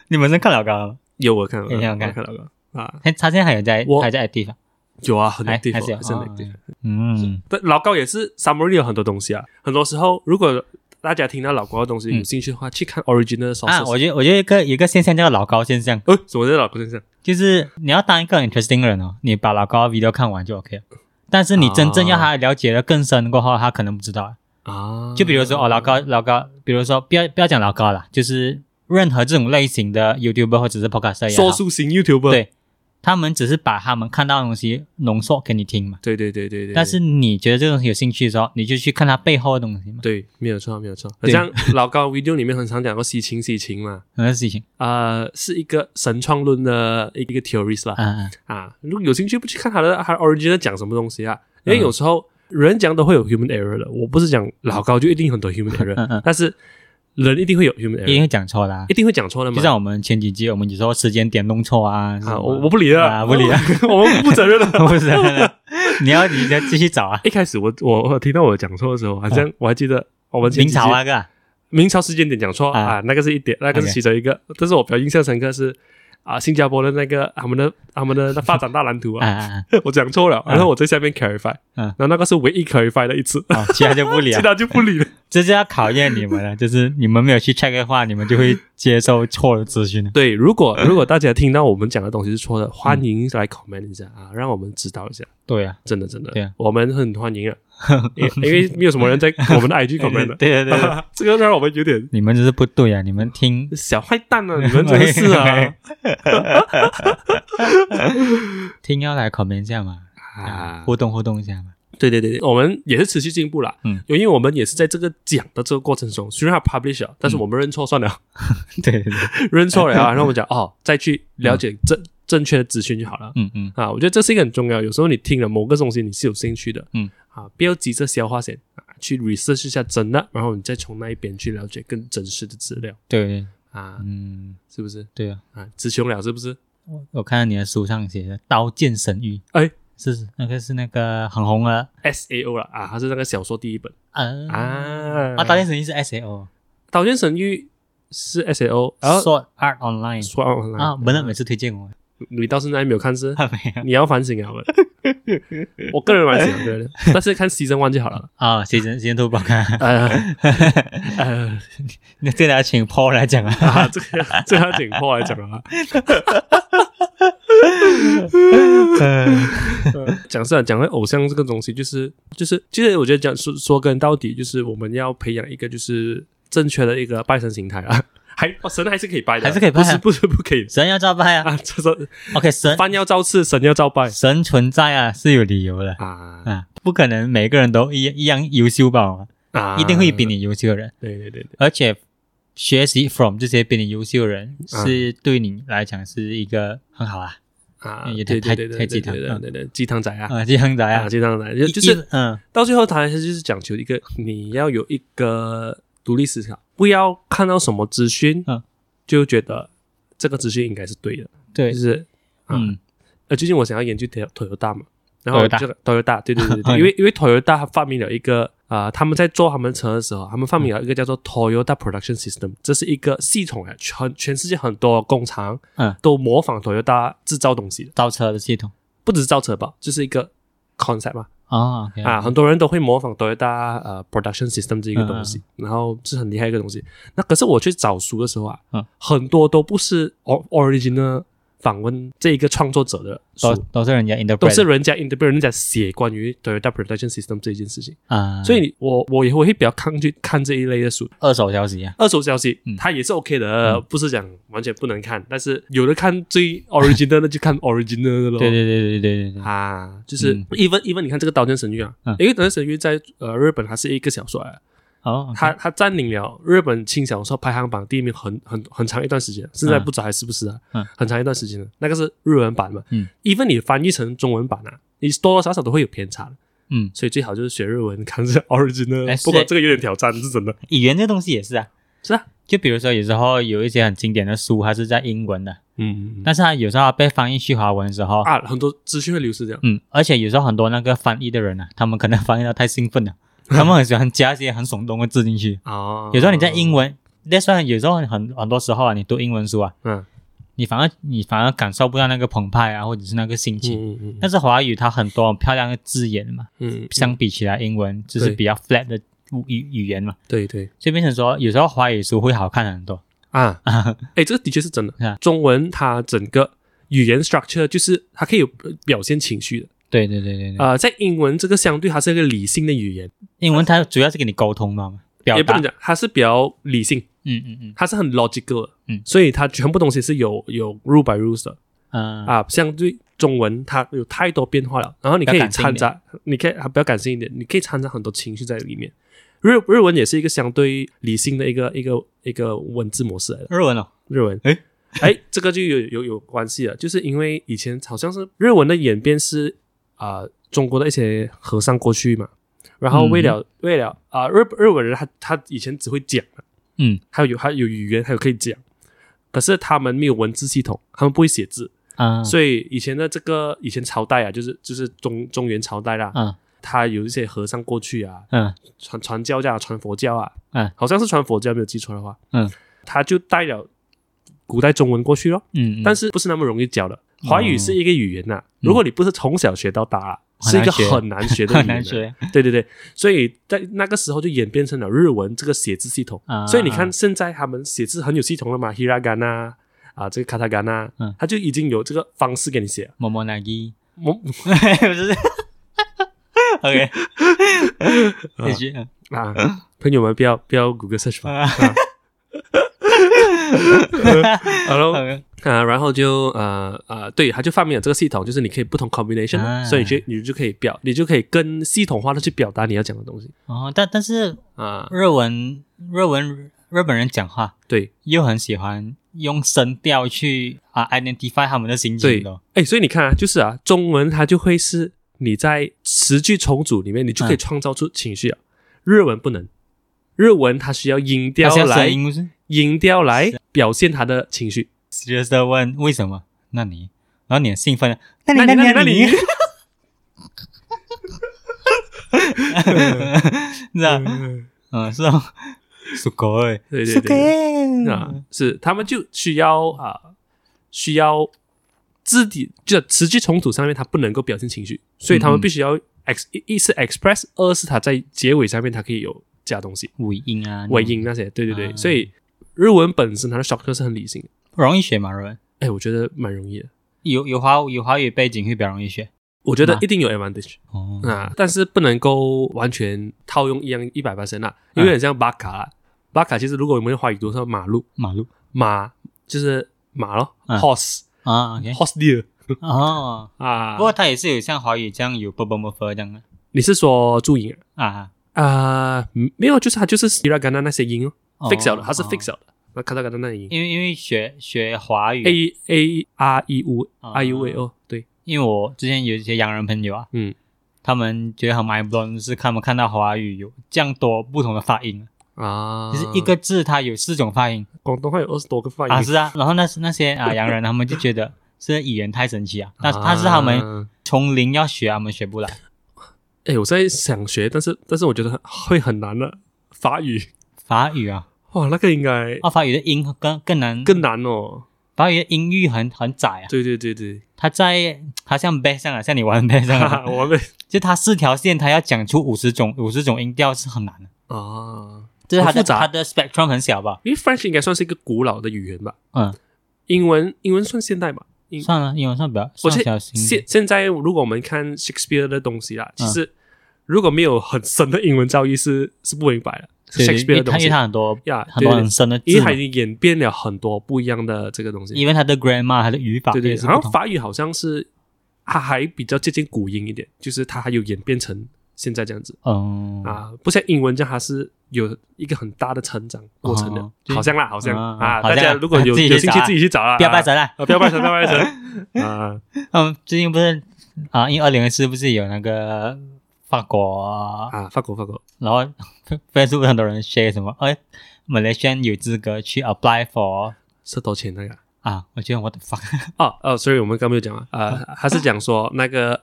Speaker 2: 你们是看老高啊吗？
Speaker 1: 有我看了，
Speaker 2: 有
Speaker 1: 我
Speaker 2: 看
Speaker 1: 看老高啊，
Speaker 2: 他他现在还有在
Speaker 1: 我
Speaker 2: 还在 active，啊
Speaker 1: 有啊，很
Speaker 2: 还
Speaker 1: active，
Speaker 2: 还是有
Speaker 1: 还是很
Speaker 2: 哦
Speaker 1: active。
Speaker 2: 嗯
Speaker 1: 但老高也是 summary 有很多东西啊，很多时候如果大家听到老高的东西有兴趣的话，去看 original 的 sources。
Speaker 2: 嗯啊，我觉得我觉得一个一个现象叫老高现象，
Speaker 1: 呃，怎么在老高身上？
Speaker 2: 就是你要当一个 interesting 的人哦，你把老高的 video 看完就 OK 了。但是你真正要他了解的更深过后，他可能不知道。
Speaker 1: 啊？
Speaker 2: 就比如说哦，老高老高，比如说不要不要讲老高啦，就是任何这种类型的 YouTuber 或者是 Podcaster 也
Speaker 1: 说
Speaker 2: 好，
Speaker 1: 书型 YouTuber，
Speaker 2: 哎对他们只是把他们看到的东西浓缩给你听嘛。
Speaker 1: 对对对对对，
Speaker 2: 但是你觉得这个东西有兴趣的时候，你就去看它背后的东西嘛，
Speaker 1: 对，没有错没有错。好
Speaker 2: 对
Speaker 1: 像老高 video 里面很常讲过西芹西芹嘛，
Speaker 2: 很多事情。
Speaker 1: 呃，是一个神创论的一个 theories 啦。
Speaker 2: 嗯嗯
Speaker 1: 啊，如果有兴趣，不去看他的他 original 讲什么东西啊？因为
Speaker 2: 嗯
Speaker 1: 有时候人讲都会有 human error 的，我不是讲老高就一定很多 human
Speaker 2: 嗯
Speaker 1: error，
Speaker 2: 嗯，
Speaker 1: 但是人一定会有 human
Speaker 2: 一
Speaker 1: error，
Speaker 2: 定会讲错啦
Speaker 1: 一。定会讲错的
Speaker 2: 就
Speaker 1: 嘛。
Speaker 2: 像我们前几集，我们有时候时间点弄错啊。什么
Speaker 1: 啊，我我不理了，
Speaker 2: 啊不理了，
Speaker 1: 我们不承认了。
Speaker 2: 不是，你要你要继续找啊。
Speaker 1: 一开始我我我听到我讲错的时候，好像我还记得我们前
Speaker 2: 嗯明
Speaker 1: 几集
Speaker 2: 朝那个啊，
Speaker 1: 明朝时间点讲错
Speaker 2: 啊
Speaker 1: 啊，那个是一点，那个是
Speaker 2: OK
Speaker 1: 其中一个，但是我比较印象深刻是。啊，新加坡的那个他们的他们的那发展大蓝图
Speaker 2: 啊
Speaker 1: 啊，
Speaker 2: 啊，啊
Speaker 1: 我讲错了，然后我在下面 clarify，
Speaker 2: 嗯
Speaker 1: 然后那个是唯一 clarify 的一次，
Speaker 2: 好，哦其他就不理
Speaker 1: 其
Speaker 2: 了。
Speaker 1: 他就不理了。
Speaker 2: 这就要考验你们了，啊就是你们没有去 check 的话，你们就会接受错的资讯了。
Speaker 1: 对，如果如果大家听到我们讲的东西是错的，欢迎来 comment 一下啊，让我们知道一下。
Speaker 2: 对啊，
Speaker 1: 真的真的，
Speaker 2: 对啊
Speaker 1: 我们很欢 迎啊，因为因为没有什么人 在我们的 IG
Speaker 2: 对
Speaker 1: comment
Speaker 2: 对
Speaker 1: 的，
Speaker 2: 对对，
Speaker 1: 这个让我们有点
Speaker 2: 你们这是不对啊！你们听，
Speaker 1: 小坏蛋啊，你 们真的是啊
Speaker 2: 听要来 comment 一下嘛，
Speaker 1: 啊！
Speaker 2: 互动互动一下嘛。
Speaker 1: 对对对对，我们也是持续进步啦。
Speaker 2: 嗯，
Speaker 1: 因为我们也是在这个讲的这个过程中，虽然它 publish 了，但是我们认错算了，
Speaker 2: 对对对，
Speaker 1: 认错了 啊，然后我们讲哦，再去了解正正确的资讯就好了。
Speaker 2: 嗯嗯，
Speaker 1: 啊，我觉得这是一个很重要。有时候你听了某个东西，你是有兴趣的，
Speaker 2: 嗯，
Speaker 1: 啊，不要急着消化先，啊，去 research 一下真的，然后你再从那一边去了解更真实的资料
Speaker 2: 对对，
Speaker 1: 啊，
Speaker 2: 嗯，
Speaker 1: 是不是？
Speaker 2: 对啊。
Speaker 1: 啊，词穷了是不是？
Speaker 2: 我我看到你的书上写的《刀剑神域》，
Speaker 1: 哎
Speaker 2: 是那个是那个很红的
Speaker 1: S A O 了啊，它是那个小说第一本
Speaker 2: 啊
Speaker 1: 啊
Speaker 2: 啊，《刀剑神域》是 S A O
Speaker 1: 刀剑神域是 S A O，然后
Speaker 2: Short Art Online
Speaker 1: 说完了
Speaker 2: 哦啊，文乐每次推荐我，
Speaker 1: 你到现在没有看是？
Speaker 2: 啊没有
Speaker 1: 你要反省 啊！我我个人啊蛮喜欢的，但是看 season one 就好了。
Speaker 2: 啊，谁人谁人都不好看，
Speaker 1: 呃呃，
Speaker 2: 那这个要请 Paul 来讲啊。
Speaker 1: 啊，这个这个要紧迫来讲啊。
Speaker 2: 嗯
Speaker 1: 讲是啊，讲回偶像这个东西，就是就是，其实我觉得讲说说根到底，就是我们要培养一个就是正确的一个拜神形态啊。还、哦、神还是可以拜的，
Speaker 2: 还是可以拜啊
Speaker 1: 不是不是不可以
Speaker 2: 神要照拜啊
Speaker 1: 啊！这是
Speaker 2: ，OK，神
Speaker 1: 饭要照吃，神要照 拜
Speaker 2: 神存在啊是有理由的
Speaker 1: 啊
Speaker 2: 啊，不可能每个人都一一样优秀吧？
Speaker 1: 啊！
Speaker 2: 一定会比你优秀的人，
Speaker 1: 对对对对
Speaker 2: 而且学习 from 这些比你优秀的人，
Speaker 1: 啊
Speaker 2: 是对你来讲是一个很好啊
Speaker 1: 啊！
Speaker 2: 有点
Speaker 1: 对对
Speaker 2: 太
Speaker 1: 对对对
Speaker 2: 太鸡汤
Speaker 1: 对
Speaker 2: 嗯
Speaker 1: 对对鸡汤仔啊
Speaker 2: 啊，这样子啊
Speaker 1: 啊，，鸡汤仔就
Speaker 2: 一
Speaker 1: 就
Speaker 2: 一
Speaker 1: 是
Speaker 2: 嗯
Speaker 1: 到最后，它还是就是讲求一个 你要有一个独立思考，不要看到什么资讯，
Speaker 2: 嗯
Speaker 1: 就觉得这个资讯应该是对的，
Speaker 2: 对
Speaker 1: 就，是啊、
Speaker 2: 嗯
Speaker 1: 呃，最近我想要研究 Toy- Toyota 嘛，然后
Speaker 2: Toyota
Speaker 1: 这个 Toyota，对对对
Speaker 2: 嗯
Speaker 1: 对，因为因为 Toyota 它发明了一个啊、呃他们在做他们车的时候，他们发明了一个叫做 Toyota Production System，这是一个系统来全全世界很多工厂
Speaker 2: 嗯，
Speaker 1: 都模仿 Toyota 制造东西的，
Speaker 2: 造车的系统
Speaker 1: 不只是造车吧，就是一个 concept 嘛，
Speaker 2: 啊，OK，
Speaker 1: 啊，很多人都会模仿 Toyota 呃 production system 这一个东西，
Speaker 2: 嗯
Speaker 1: 然后是很厉害一个东西。那可是我去找书的时候啊，
Speaker 2: 嗯
Speaker 1: 很多都不是 o- original 访问这一个创作者的
Speaker 2: 都
Speaker 1: 书，
Speaker 2: 都是人家 i n t e r
Speaker 1: 都是人家 interview 人家写关于 Toyota production system 这一件事情。
Speaker 2: 啊，
Speaker 1: 所以我我也会比较抗拒看这一类的书。
Speaker 2: 二手消息啊，
Speaker 1: 二手消息
Speaker 2: 嗯
Speaker 1: 它也是 OK 的，不是讲完全不能看，但是有的看最 original 的就看 original 的咯。
Speaker 2: 对对对对对对对，
Speaker 1: 啊，就是
Speaker 2: 嗯
Speaker 1: even even 你看这个《刀剑神域》啊
Speaker 2: 嗯，
Speaker 1: 因为《刀剑神域》在呃日本它是一个小说来的，
Speaker 2: 哦，
Speaker 1: 它它占领了日本轻小说排行榜第一名很很很长一段时间，现在
Speaker 2: 嗯
Speaker 1: 不知道还是不是啊
Speaker 2: 嗯，
Speaker 1: 很长一段时间了。那个是日文版嘛，
Speaker 2: 嗯
Speaker 1: ，even 你翻译成中文版啊，你多多少少都会有偏差的，
Speaker 2: 嗯，
Speaker 1: 所以最好就是学日文，看这 original
Speaker 2: 哎。
Speaker 1: 不过
Speaker 2: 是
Speaker 1: 这个有点挑战，是真的，
Speaker 2: 语言这东西也 是啊，
Speaker 1: 是啊，
Speaker 2: 就比如说有时候有一些很经典的书，它是在英文的，
Speaker 1: 嗯
Speaker 2: 但是它有时候它被翻译去华文的时候，
Speaker 1: 啊，很多资讯会流失掉，
Speaker 2: 嗯，而且有时候很多那个翻译的人啊，他们可能翻译到太兴奋了，他们很喜欢加一些很耸动的字进去。
Speaker 1: 啊，
Speaker 2: 有时候你在英文，那算有时候很很多时候啊，你读英文书啊，
Speaker 1: 嗯，
Speaker 2: 你反而你反而感受不到那个澎湃啊，或者是那个心情。
Speaker 1: 嗯嗯嗯
Speaker 2: 但是华语它很多很漂亮的字眼嘛，
Speaker 1: 嗯，
Speaker 2: 相比起来英文就是
Speaker 1: 对
Speaker 2: 比较 flat 的语语言嘛，
Speaker 1: 对对
Speaker 2: 所以变成说有时候华语书会好看很多。
Speaker 1: 啊，哎，这个的确是真的。
Speaker 2: 啊
Speaker 1: 中文它整个语言 structure 就是它可以有呃表现情绪的。
Speaker 2: 对对对对对，
Speaker 1: 呃，在英文这个相对它是一个理性的语言，
Speaker 2: 英文它主要是跟你沟通嘛，表
Speaker 1: 也不
Speaker 2: 达
Speaker 1: 能。讲它是比较理性，
Speaker 2: 嗯嗯嗯
Speaker 1: 它是很 logical 的。
Speaker 2: 嗯
Speaker 1: 所以它全部东西是有有 rule by rules 的
Speaker 2: 嗯啊
Speaker 1: 啊。相对中文它有太多变化了，然后你可
Speaker 2: 比
Speaker 1: 以
Speaker 2: 较感性一
Speaker 1: 掺
Speaker 2: 点
Speaker 1: 杂，你可以啊比较感性一点，你可以掺杂很多情绪在里面。日日文也是一个相对理性的一个一个一个文字模式来的。
Speaker 2: 日文哦，
Speaker 1: 日文，
Speaker 2: 诶
Speaker 1: 哎，这个就有有有关系了，就是因为以前好像是日文的演变是啊、呃中国的一些和尚过去嘛，然后为了、为了啊、日日本人他他以前只会讲，
Speaker 2: 嗯
Speaker 1: 还有还有语言，还有可以讲，可是他们没有文字系统，他们不会写字，
Speaker 2: 啊
Speaker 1: 所以以前的这个以前朝代啊，就是就是中中原朝代啦，
Speaker 2: 嗯
Speaker 1: 他有一些和尚过去啊，
Speaker 2: 嗯
Speaker 1: 传传教这样传佛教啊，
Speaker 2: 嗯
Speaker 1: 好像是传佛教没有记错的话，
Speaker 2: 嗯，
Speaker 1: 他就带了古代中文过去咯，
Speaker 2: 嗯，哦
Speaker 1: 但
Speaker 2: 是
Speaker 1: 是不是那么容易教的。华语是一个语言呐、如果你不是从小学到大、啊，
Speaker 2: 很
Speaker 1: 是一
Speaker 2: 难
Speaker 1: 个
Speaker 2: 学
Speaker 1: 很难学的语言、啊
Speaker 2: 很难。学。
Speaker 1: 对对对，所以在那个时候就演变成了日文这个写字系统。
Speaker 2: 啊
Speaker 1: 所以你看，现在他们写字很有系统了嘛，hiragana 啊，这个 katakana，
Speaker 2: 嗯
Speaker 1: 他就已经有这个方式给你写了。
Speaker 2: 么么那鸡，
Speaker 1: 我
Speaker 2: 不是 ？OK，继续嗯
Speaker 1: 啊，朋友们不要不要谷歌 search 吧。
Speaker 2: 啊
Speaker 1: 啊好喽，
Speaker 2: ，OK，
Speaker 1: 啊，然后就呃呃，对，他就发明了这个系统，就是你可以不同 combination，、
Speaker 2: 啊
Speaker 1: 所以你就你就可以表，你就可以更系统化的去表达你要讲的东西
Speaker 2: 哦，但但是
Speaker 1: 啊。
Speaker 2: 日文日文日本人讲话
Speaker 1: 对
Speaker 2: 又很喜欢用声调去啊 identify 他们的心情
Speaker 1: 对
Speaker 2: 的，，哦
Speaker 1: 哎，所以你看啊，就是啊，中文它就会是你在词句重组里面，你就可以
Speaker 2: 嗯
Speaker 1: 创造出情绪啊。日文不能，日文它需要音
Speaker 2: 他
Speaker 1: 调
Speaker 2: 是要
Speaker 1: 来
Speaker 2: 声音不是
Speaker 1: 音调来表现它的情绪。
Speaker 2: serious 的问为什么？那你，然后你很兴奋，那
Speaker 1: 那
Speaker 2: 你
Speaker 1: 你
Speaker 2: 你
Speaker 1: 那你
Speaker 2: 你， 嗯是啊，嗯，是哦，すごい，
Speaker 1: 对对
Speaker 2: す
Speaker 1: 对
Speaker 2: ごい
Speaker 1: 啊，是他们就需要啊、需要自己就词句冲突上面他不能够表现情绪，所以他
Speaker 2: 嗯
Speaker 1: 们
Speaker 2: 嗯
Speaker 1: 必须要 ex 一一是 express，二是他在结尾上面他可以有加东西，
Speaker 2: 尾音啊，
Speaker 1: 尾音那些，对对对，
Speaker 2: 啊
Speaker 1: 所以日文本身它的 structure 是很理性的，
Speaker 2: 容易学吗？日文
Speaker 1: 哎，我觉得蛮容易的，
Speaker 2: 有有华有华语背景会比较容易学
Speaker 1: 我觉得
Speaker 2: 那
Speaker 1: 一定有 advantage
Speaker 2: 哦
Speaker 1: 啊，但是不能够完全套用一样一百八十啦，
Speaker 2: 嗯
Speaker 1: 有点像巴卡啦，巴卡其实如果我们用华语读是马路
Speaker 2: 马路
Speaker 1: 马就是马咯
Speaker 2: 啊
Speaker 1: ，horse
Speaker 2: 啊，OK，
Speaker 1: horse deer
Speaker 2: 哦，
Speaker 1: 啊，
Speaker 2: 不过它也是有像华语这样有 b b m f 这样的
Speaker 1: 你是说注音
Speaker 2: 啊
Speaker 1: 啊？啊、没有，就是它就是 hiragana 那些音哦、
Speaker 2: 哦
Speaker 1: fix 了的，它是
Speaker 2: 哦
Speaker 1: fix 了的。那看到刚才那音
Speaker 2: 因为因为学学华语，
Speaker 1: ，a a r e u
Speaker 2: 哦
Speaker 1: r u a o，对，
Speaker 2: 因为我之前有一些洋人朋友啊，
Speaker 1: 嗯，
Speaker 2: 他们觉得很 mind blown，是他们看到华语有这样多不同的发音，
Speaker 1: 啊，
Speaker 2: 就是一个字它有四种发音
Speaker 1: 广东话有二十多个发音
Speaker 2: 啊，是啊，然后那那些啊洋人他们就觉得这语言太神奇啊，但但是他们
Speaker 1: 啊
Speaker 2: 从零要学，他们学不来
Speaker 1: 哎、我在想学，但是但是我觉得很会很难的法语，
Speaker 2: 法语啊，
Speaker 1: 哇，那个应该
Speaker 2: 啊法语的音更更难，
Speaker 1: 更难哦。
Speaker 2: 法语的音域很很窄啊，
Speaker 1: 对对对 对，
Speaker 2: 它在它像 bass 上啊，像你玩 bass 上
Speaker 1: 哈
Speaker 2: 啊
Speaker 1: 哈，， 我们
Speaker 2: 就它四条线，它要讲出五十种五十种音调是很难的，
Speaker 1: 啊，
Speaker 2: 就是它
Speaker 1: 很
Speaker 2: 的
Speaker 1: 复杂
Speaker 2: 它的 spectrum 很小吧？
Speaker 1: 因为 French 应该算是一个古老的语言吧，
Speaker 2: 嗯，
Speaker 1: 英文英文算现代吧，英
Speaker 2: 算了，英文算比较
Speaker 1: 嗯我
Speaker 2: 算
Speaker 1: 现
Speaker 2: 小型一
Speaker 1: 现
Speaker 2: 点，
Speaker 1: 现在，如果我们看 Shakespeare 的东西啦，其
Speaker 2: 嗯
Speaker 1: 实如果没有很深的英文造诣，是是不明白的。是
Speaker 2: 对对
Speaker 1: Shakespeare
Speaker 2: 因
Speaker 1: 的
Speaker 2: 为
Speaker 1: 东
Speaker 2: 它因
Speaker 1: 西
Speaker 2: 为，它很多
Speaker 1: 呀
Speaker 2: 很多
Speaker 1: 对对
Speaker 2: 很深的
Speaker 1: 因
Speaker 2: 字
Speaker 1: 为
Speaker 2: 嘛
Speaker 1: 它，已经演变了很多不一样的这个东西。
Speaker 2: 因为它的 grammar 它的语法
Speaker 1: 对对，
Speaker 2: 也是
Speaker 1: 然
Speaker 2: 不
Speaker 1: 后
Speaker 2: 同
Speaker 1: 法语好像是它还比较接近古音一点，就是它还有演变成现在这样子
Speaker 2: 嗯
Speaker 1: 啊，不像英文这样，它是有一个很大的成长过程的
Speaker 2: 哦，对
Speaker 1: 好像啦，好像
Speaker 2: 啊
Speaker 1: 啊，
Speaker 2: 好像
Speaker 1: 大家如果有
Speaker 2: 自己去
Speaker 1: 有兴
Speaker 2: 找
Speaker 1: 趣
Speaker 2: 啊
Speaker 1: 自己去找啦，
Speaker 2: 不要
Speaker 1: 啊
Speaker 2: 拜神了。
Speaker 1: 啊，不要拜神，不要拜 神啊，
Speaker 2: 嗯，最近不是啊，因为二零二四不是有那个法国，
Speaker 1: 啊，法国法国
Speaker 2: 然后 Facebook 很多人 share 什么，哎，马来西亚有资格去 apply for
Speaker 1: 是多少钱那个啊？
Speaker 2: 啊，我觉得我的 fuck
Speaker 1: 哦哦，所以我们刚没有讲啊，呃，还是讲说那个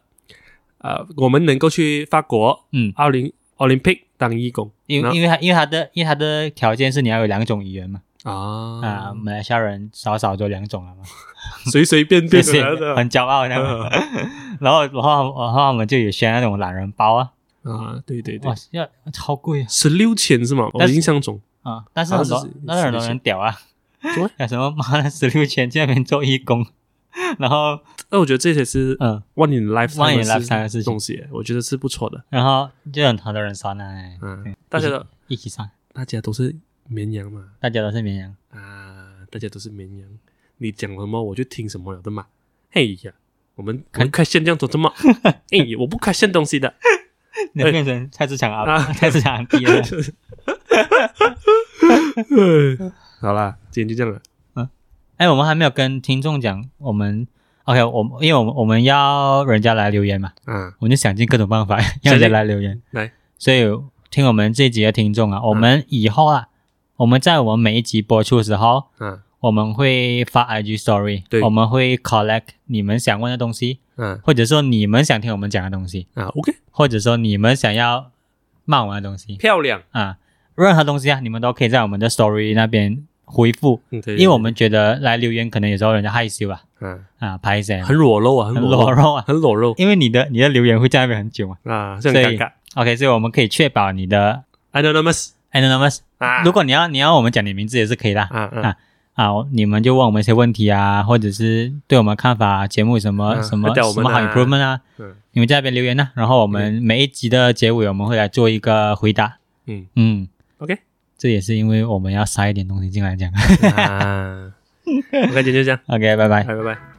Speaker 1: 呃，我们能够去法国
Speaker 2: 嗯，
Speaker 1: 奥林奥林匹克当义工，
Speaker 2: 因
Speaker 1: 然
Speaker 2: 为
Speaker 1: 后
Speaker 2: 因为他因为他的因为他的条件是你要有两种语言嘛，啊，
Speaker 1: 啊，
Speaker 2: 马来西亚人少少就 两种了嘛，
Speaker 1: 随随便
Speaker 2: 就
Speaker 1: 便
Speaker 2: 是
Speaker 1: 的
Speaker 2: 很骄傲这样嘛。
Speaker 1: 嗯
Speaker 2: 然后然后然后我们就有选那种懒人包啊，
Speaker 1: 啊，对对对
Speaker 2: 哇，，要超贵啊
Speaker 1: 十六千是吗？我
Speaker 2: 但是
Speaker 1: 印象中
Speaker 2: 啊！但是
Speaker 1: 啊
Speaker 2: 很多
Speaker 1: 是是
Speaker 2: 那很多
Speaker 1: 是
Speaker 2: 人屌啊
Speaker 1: 什么，
Speaker 2: 有什么妈的十六千去那边做义工， 然后
Speaker 1: 那我觉得这些是
Speaker 2: 嗯，
Speaker 1: 呃 one in life
Speaker 2: One in lifetime 的事情
Speaker 1: 东西，我觉得是不错的。
Speaker 2: 然后就很很多人酸啊，
Speaker 1: 嗯，大家都
Speaker 2: 一起酸，
Speaker 1: 大家都是绵羊嘛，
Speaker 2: 大家都是绵羊，
Speaker 1: 啊，大家都是绵羊，你讲什么我就听什么了的嘛。嘿呀，我们我
Speaker 2: 看
Speaker 1: 们开线这样做怎 么？哎，我不开线东西的。
Speaker 2: 你变成菜市场啊，
Speaker 1: 哎 啊
Speaker 2: 菜市场阿弟了。
Speaker 1: 好啦，今天就这样了。
Speaker 2: 哎，我们还没有跟听众讲，我们 OK，我们因为我们我们要人家来留言嘛，
Speaker 1: 啊，
Speaker 2: 我们就想尽各种办法
Speaker 1: 尽
Speaker 2: 让人家来留言。
Speaker 1: 来，
Speaker 2: 所以听我们这一集的听众啊，我
Speaker 1: 嗯
Speaker 2: 们以后啊，我们在我们每一集播出的时候，
Speaker 1: 啊，
Speaker 2: 我们会发 IG Story，
Speaker 1: 对
Speaker 2: 我们会 collect 你们想问的东西，
Speaker 1: 啊，
Speaker 2: 或者说你们想听我们讲的东西，
Speaker 1: 啊，OK，
Speaker 2: 或者说你们想要骂我们的东西
Speaker 1: 漂亮。
Speaker 2: 啊，任何东西啊，你们都可以在我们的 Story 那边回复，
Speaker 1: 嗯，对，
Speaker 2: 因为我们觉得来留言可能有时候人家害羞啊。
Speaker 1: 啊，
Speaker 2: 啊，拍谁？
Speaker 1: 很裸露啊，很
Speaker 2: 很
Speaker 1: 裸
Speaker 2: 裸
Speaker 1: 露，
Speaker 2: 露啊，
Speaker 1: 很裸露
Speaker 2: 因为你的你的留言会在那边很久嘛。
Speaker 1: 啊，这样
Speaker 2: 所
Speaker 1: 尴
Speaker 2: 以
Speaker 1: 尬。
Speaker 2: OK，所以我们可以确保你的
Speaker 1: Anonymous
Speaker 2: anonymous。
Speaker 1: 啊，
Speaker 2: 如果你要你要我们讲你名字也是可以啦。
Speaker 1: 啊啊，
Speaker 2: 啊，你们就问我们一些问题啊，或者是对我们看法、节目什么、
Speaker 1: 嗯
Speaker 2: 什么
Speaker 1: 代表我
Speaker 2: 什
Speaker 1: 们
Speaker 2: 么好
Speaker 1: 啊
Speaker 2: improvement 啊，
Speaker 1: 嗯
Speaker 2: 你们在那边留言呢、然后我们每一集的结尾我们会来做一个回答。
Speaker 1: 嗯
Speaker 2: 嗯，
Speaker 1: ，OK
Speaker 2: 这也是 因为我们要塞一点东西进来讲。
Speaker 1: 啊，我感觉就这样，
Speaker 2: OK，拜拜。
Speaker 1: 拜拜拜。